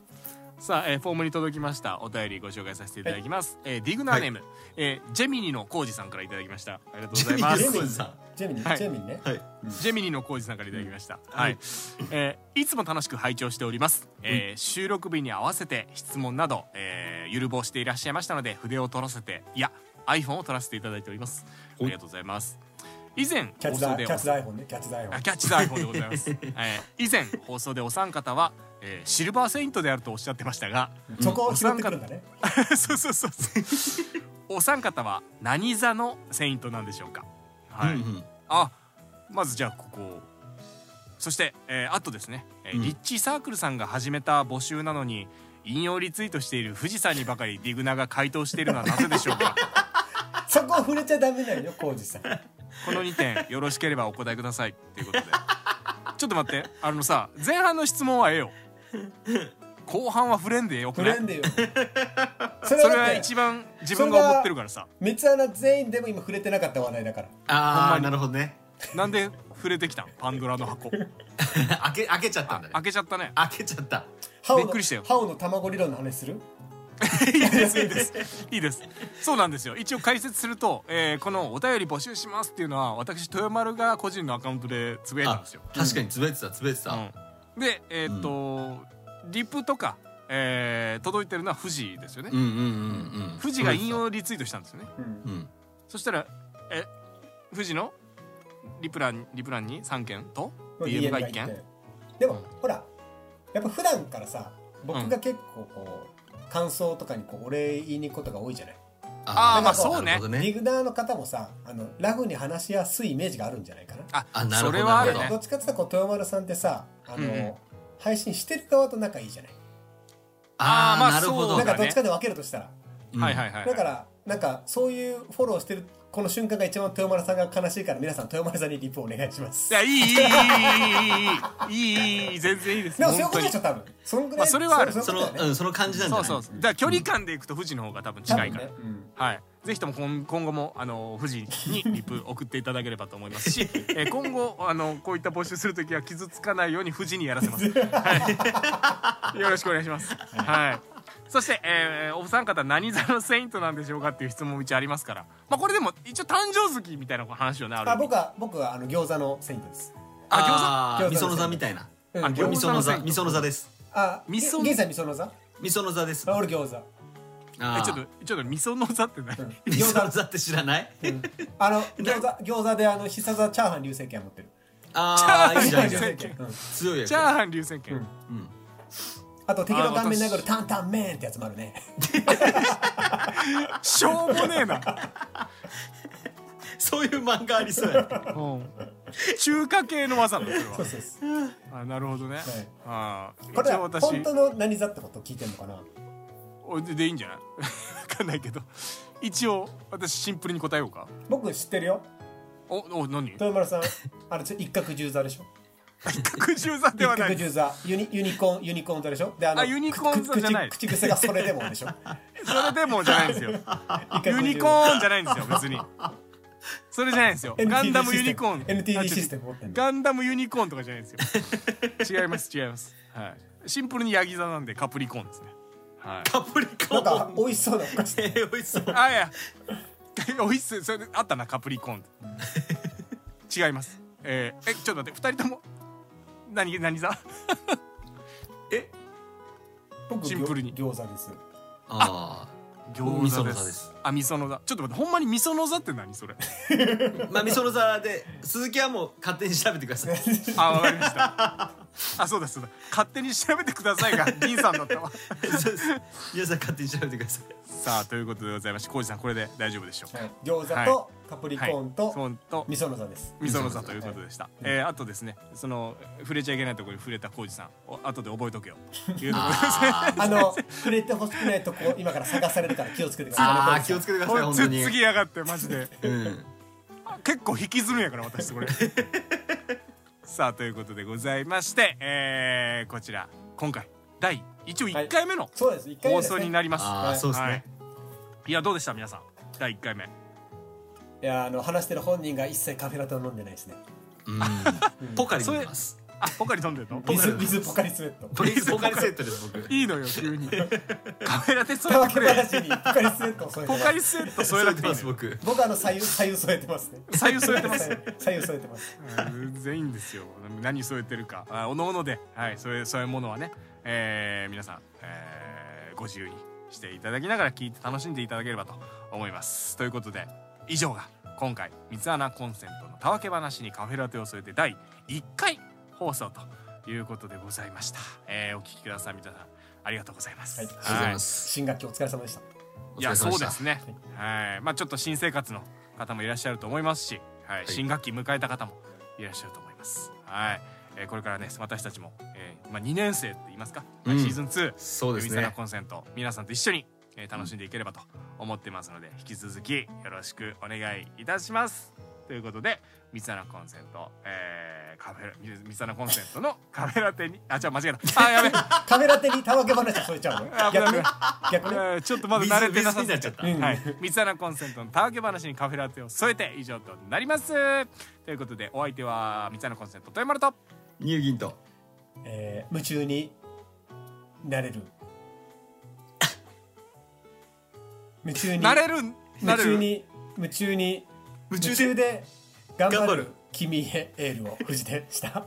S2: さあ、えーフォームに届きましたお便りご紹介させていただきます。えーディグナーネーム、えージェミニのコウジさんからいただきました。ありがとうございま
S1: ジェ
S2: す
S1: ミ。ニ
S3: さん
S1: ジェミニ、
S2: はい
S1: ジェミニね
S3: はい
S2: ジェミニのコウジさんからいただきました。はい、えーいつも楽しく拝聴しております。えー収録日に合わせて質問など、えーゆるぼうしていらっしゃいましたので、筆を取らせて、いや、iPhone を取らせていただいております。ありがとうございます。以前
S1: キャッ
S2: 放
S1: チザ
S2: 送
S1: キ
S2: で
S1: ャ
S2: お
S1: ッチザ iPhone ねキャッチザ iPhone
S2: あキャッチザ iPhone でござい
S3: [LAUGHS]
S2: ます、えー以前放送でお三方は、えーシルバーセイントであるとおっしゃってましたが、
S1: そこを拾ってくるんだね
S2: [LAUGHS] そうそうそうそう。お三方は何座のセイントなんでしょうか。はい。
S3: うん
S2: あ、まずじゃあここを。そして、えーあとですね、えー
S3: うん
S2: リッチーサークルさんが始めた募集なのに引用リツイートしている富士山にばかりディグナが回答しているのはなぜでしょうか。
S1: そこを触れちゃダメだよ浩二さん
S2: この2点よろしければお答えくださいということでちょっと待ってあのさ前半の質問はええよ後半はフレンでよく
S1: 触
S2: な
S1: れ
S2: い
S1: んでよそれ
S2: それ
S1: は
S2: は
S1: だって
S2: 一番自分が思ってるからさ
S1: 三つ穴全員でも今触れてなかった話題だから
S3: ああなるほどね
S2: なんで触れてきたんパンドラの箱
S3: [LAUGHS] 開け開けちゃったんだね
S2: 開けちゃったね
S3: 開けちゃった
S1: ハオの
S2: びっくりしたよ [LAUGHS]
S1: ハオの卵理論の話する
S2: いいですいいです [LAUGHS] いいですそうなんですよ一応解説すると、えーこの「お便り募集します」っていうのは私豊丸が個人のアカウントでつぶやいたん
S3: あ
S2: ですよ、
S3: 確かにつぶやいてたつぶやいてた、
S2: うん、でえーっと、リプとか、えー届いてるのは富士ですよね、
S3: うんうんうんうん
S2: 富士が引用リツイートしたんですよね
S1: うん
S3: うん
S2: そしたら「え富士のリプランリプランに3件と DM が
S1: DM が
S2: 1
S1: 行っ
S2: 件
S1: てでも、
S2: うん
S1: ほらやっぱ普段からさ僕が結構こう感想とかにこうお礼言いに行くことが多いじゃない、
S2: あ
S1: ーまあ
S2: そうね
S3: なるほど
S1: リグナーの方もさあのラフに話しやすいイメージがあるんじゃないかな
S2: あ
S3: あなるほど
S2: それはあ
S3: な
S2: る
S3: る
S1: で
S3: ほ
S2: ね
S1: どっちかっていうとこう豊丸さんってさあの、
S2: うんうん
S1: 配信してる側と仲いいじゃない
S3: あ
S2: あー
S3: あ、
S2: まあ
S3: なるほ
S2: そ
S3: ど
S2: う
S1: な
S2: だ
S1: ん
S2: ね
S1: かどっちかで分けるとしたら、
S3: うん
S2: はいはいはい、はい、
S1: だからなんかそういうフォローしてるこの瞬間が一番豊丸さんが悲しいから皆さん豊丸さんにリプお願いします
S2: いやいいいいいいいいいいいいいいいい全然いいです
S1: でもそういう
S2: 本
S1: こと
S2: 当
S1: で
S2: に
S1: しょ多分そんぐらい、
S2: まあそれはある
S1: う
S3: そ
S1: いうこと
S3: の
S1: だよね
S3: うんその感じなんじゃ
S2: そ
S3: な
S2: う
S3: い
S2: そうそうだから距離感でいくと富士の方が多分
S1: 多
S2: 近い
S1: 分
S2: から、
S1: ね、うん
S2: はいぜひとも今今後もあの富士にリプ送っていただければと思い
S3: [LAUGHS]
S2: ますし、えー今後あのこういった募集するときは傷つかないように富士にやらせ
S3: [LAUGHS]
S2: ます、はい、よろしくお願いしますはいそして、えーお三方何座のセイントなんでしょうかっていう質問道ありますからまあこれでも一応誕生月みたいな話よねある意
S1: あ
S2: 味
S1: 僕は僕はあの餃子のセイントです。
S3: あ
S1: 餃
S3: あ
S1: 子
S3: みその座みたいな
S1: うん
S2: あ餃
S3: み
S2: 子
S3: その座
S2: 餃子の座
S3: みその座です
S1: あ、
S2: 味
S1: み
S2: 噌
S1: そ。ゲンさんみその座？あ
S3: みその座です
S1: 俺餃子。
S3: あ
S2: え
S3: ー
S2: ちょっとちょっと味噌の座って何、
S1: うん
S3: みその座って知らない
S1: うんあ
S2: [LAUGHS]
S1: の餃子餃子であの必殺はチャーハン流星拳持ってる。
S3: ああいい
S2: チ
S3: じ
S2: ャー
S3: ゃん
S2: ハ
S3: い
S2: ン
S3: い
S1: [LAUGHS]
S3: じゃん
S2: 流星
S1: うん
S2: 拳
S3: 強いやつ
S2: チャーハン流星拳、
S1: うん
S3: うん
S1: あと敵の顔面殴るタンタンメンってやつもあるね。
S2: しょうもねえな、
S3: そういう漫画ありそうやね
S2: 中華系の技なんだそれは
S1: そうそうそう。
S2: あなるほどね、
S1: い
S2: ああ
S1: これ
S2: 一応
S1: は
S2: 私
S1: 本当の何座ってこと聞いてんのかな。
S2: おででいいんじゃない [LAUGHS] わかんないけど一応私シンプルに答えようか
S1: 僕知ってるよ。
S2: おお何 [LAUGHS]
S1: 豊丸さん、あれちょ一角十座でしょ。
S2: 百獣座
S1: 一
S2: ではな
S1: 角
S2: い
S1: 十座ユニユニコーンユニコーン座でしょ。であの
S2: あユニコーン座
S1: くく
S2: じゃない
S1: 口口癖がそれでもでしょ。
S2: それでもじゃないん
S1: [LAUGHS]
S2: ですよ
S1: 一角十座
S2: [LAUGHS] ユニコーンじゃないんですよ
S1: [LAUGHS]
S2: 別にそれじゃないんですよ
S1: NTD
S2: ガンダムユニコーン
S1: システム
S2: あ
S1: NTD システム持ってんの
S2: ガンダムユニコーンとかじゃないんで
S1: [LAUGHS]
S2: すよ違います違いますはいシンプルにヤギ座なんでカプリコーンですねはい
S3: カプリコ
S1: なんか
S3: ーン
S1: 美味しそうなお菓子。
S3: えー美味しそう
S2: あいや [LAUGHS] おいしそうそれであったなカプリコーン違いますえーえちょっと待って二人とも何何座え
S1: 僕
S2: シンプルに
S1: 餃子です。
S3: あ
S2: 餃子
S3: 味噌
S2: で
S3: の
S2: す
S3: 座です
S2: あ味噌の座ちょっと待ってほんまに味噌の座って何それ
S3: あまあみその座で鈴木はもう勝手に調べてくだ
S1: [LAUGHS]
S3: さい
S2: あわかりましたあそうだそうだ勝手に調べてくださ [LAUGHS] いが銀さんだったわ
S3: そうです皆さん勝手に調べてください
S2: さあということでございまして浩二さんこれで大丈夫でしょうか
S1: はい餃子
S2: は
S1: とカプリコーンと
S2: はいそうと
S1: 味噌の座です。
S2: 味噌の座ということでした、えーあとですねその触れちゃいけないところに触れた浩二さんお後で覚えと [LAUGHS] けよというところです
S3: あ
S1: あの触れてほしくないとこ今から探されるから気をつけてください。
S3: [LAUGHS] あー気をつけてください
S2: もう
S3: 本
S2: つ
S3: 当
S2: っ
S3: に
S2: つぎやがってマジで
S3: うん
S2: あ結構引きずるんやから私
S1: [LAUGHS]
S2: これさあということでございまして、えーこちら今回第一応1回目の
S1: そうです。一回目
S2: 放
S1: です、
S2: 送
S1: ね。
S2: になります,、
S3: ああそうですね
S2: いやどうでした皆さん第1回目
S1: いやあの話してる本人が一切カフェラテを飲んでないですね。
S3: うんポカリ飲みます
S2: あポカリ飲んでるの
S1: 水水ポカリスエット。
S3: とりあえずポカリセットです僕
S2: いいのよ急
S3: [LAUGHS]
S2: にカメラで添
S1: た
S2: え
S1: わ
S2: て
S1: け
S2: くれ
S1: 話にポカリスエットを添えて
S2: ポ
S1: ます
S2: カリスエット添えなくていいのよ
S3: 僕
S1: 僕あの左右左右添えてますね。
S2: 左右添えてます
S1: 左右添えてます。
S2: うん全員ですよ何添えてるかあおのおので、はい、そういうそういうものはね、えー皆さん、えーご自由にしていただきながら聞いて楽しんでいただければと思いますということで以上が今回「三つ穴コンセントのたわけ話にカフェラテを添えて」第1回放送ということでございました、えーお聞きください皆さんありがとうございます、
S1: はい
S3: ありがとうございます
S1: 新学期お疲れ様でした。
S2: い
S3: お疲れ
S2: や
S3: 様
S2: そ
S3: で
S2: う
S3: した
S2: ですね。はい、まあちょっと新生活の方もいらっしゃると思いますし、はい、新学期迎えた方もいらっしゃると思います。はい、えーこれからね私たちも、えーまあ2年生って言いますか、まあ
S3: うん
S2: シーズン2
S3: そうです
S2: 海さ
S3: ね
S2: らコンセント皆さんと一緒に、えー楽しんでいければと思ってますので、引き続きよろしくお願いいたします。ということで三つ穴コンセント、えー、カフェラ三つ穴コンセントのカフェラテにあ違う間違えたあやべ
S1: カフェラテにたわけ話を添えちゃうの
S2: あ。危な
S1: 逆
S2: い
S1: ね。逆ね。
S2: えーちょっとまだ慣れてなさ
S3: 水水になっちゃった
S2: うんはい、三つ穴コンセントのたわけ話にカフェラテを添えて以上となりますということでお相手は三つ穴コンセント豊丸と
S3: 乳銀と
S1: えー夢中になれる夢中に
S2: なれるな
S1: 夢
S2: れ
S1: 中
S2: る
S1: に夢中に
S3: 夢
S1: 夢
S3: 中
S1: 中
S3: で
S1: で頑張る
S3: 頑張る
S1: 君へエールを藤でした。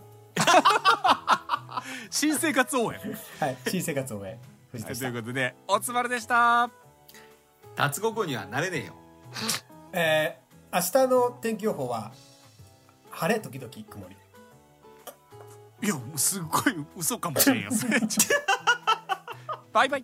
S2: 新生活応援
S1: はい、新生活を終え藤
S2: と
S1: でし
S2: い
S1: た
S2: う。ことでおつまるでした
S3: 脱獄にはなれねえよ
S1: えー、明日の天気予報は晴れ時々曇り。
S2: いやすっごい嘘かもしれんよそれ [LAUGHS] バイバイ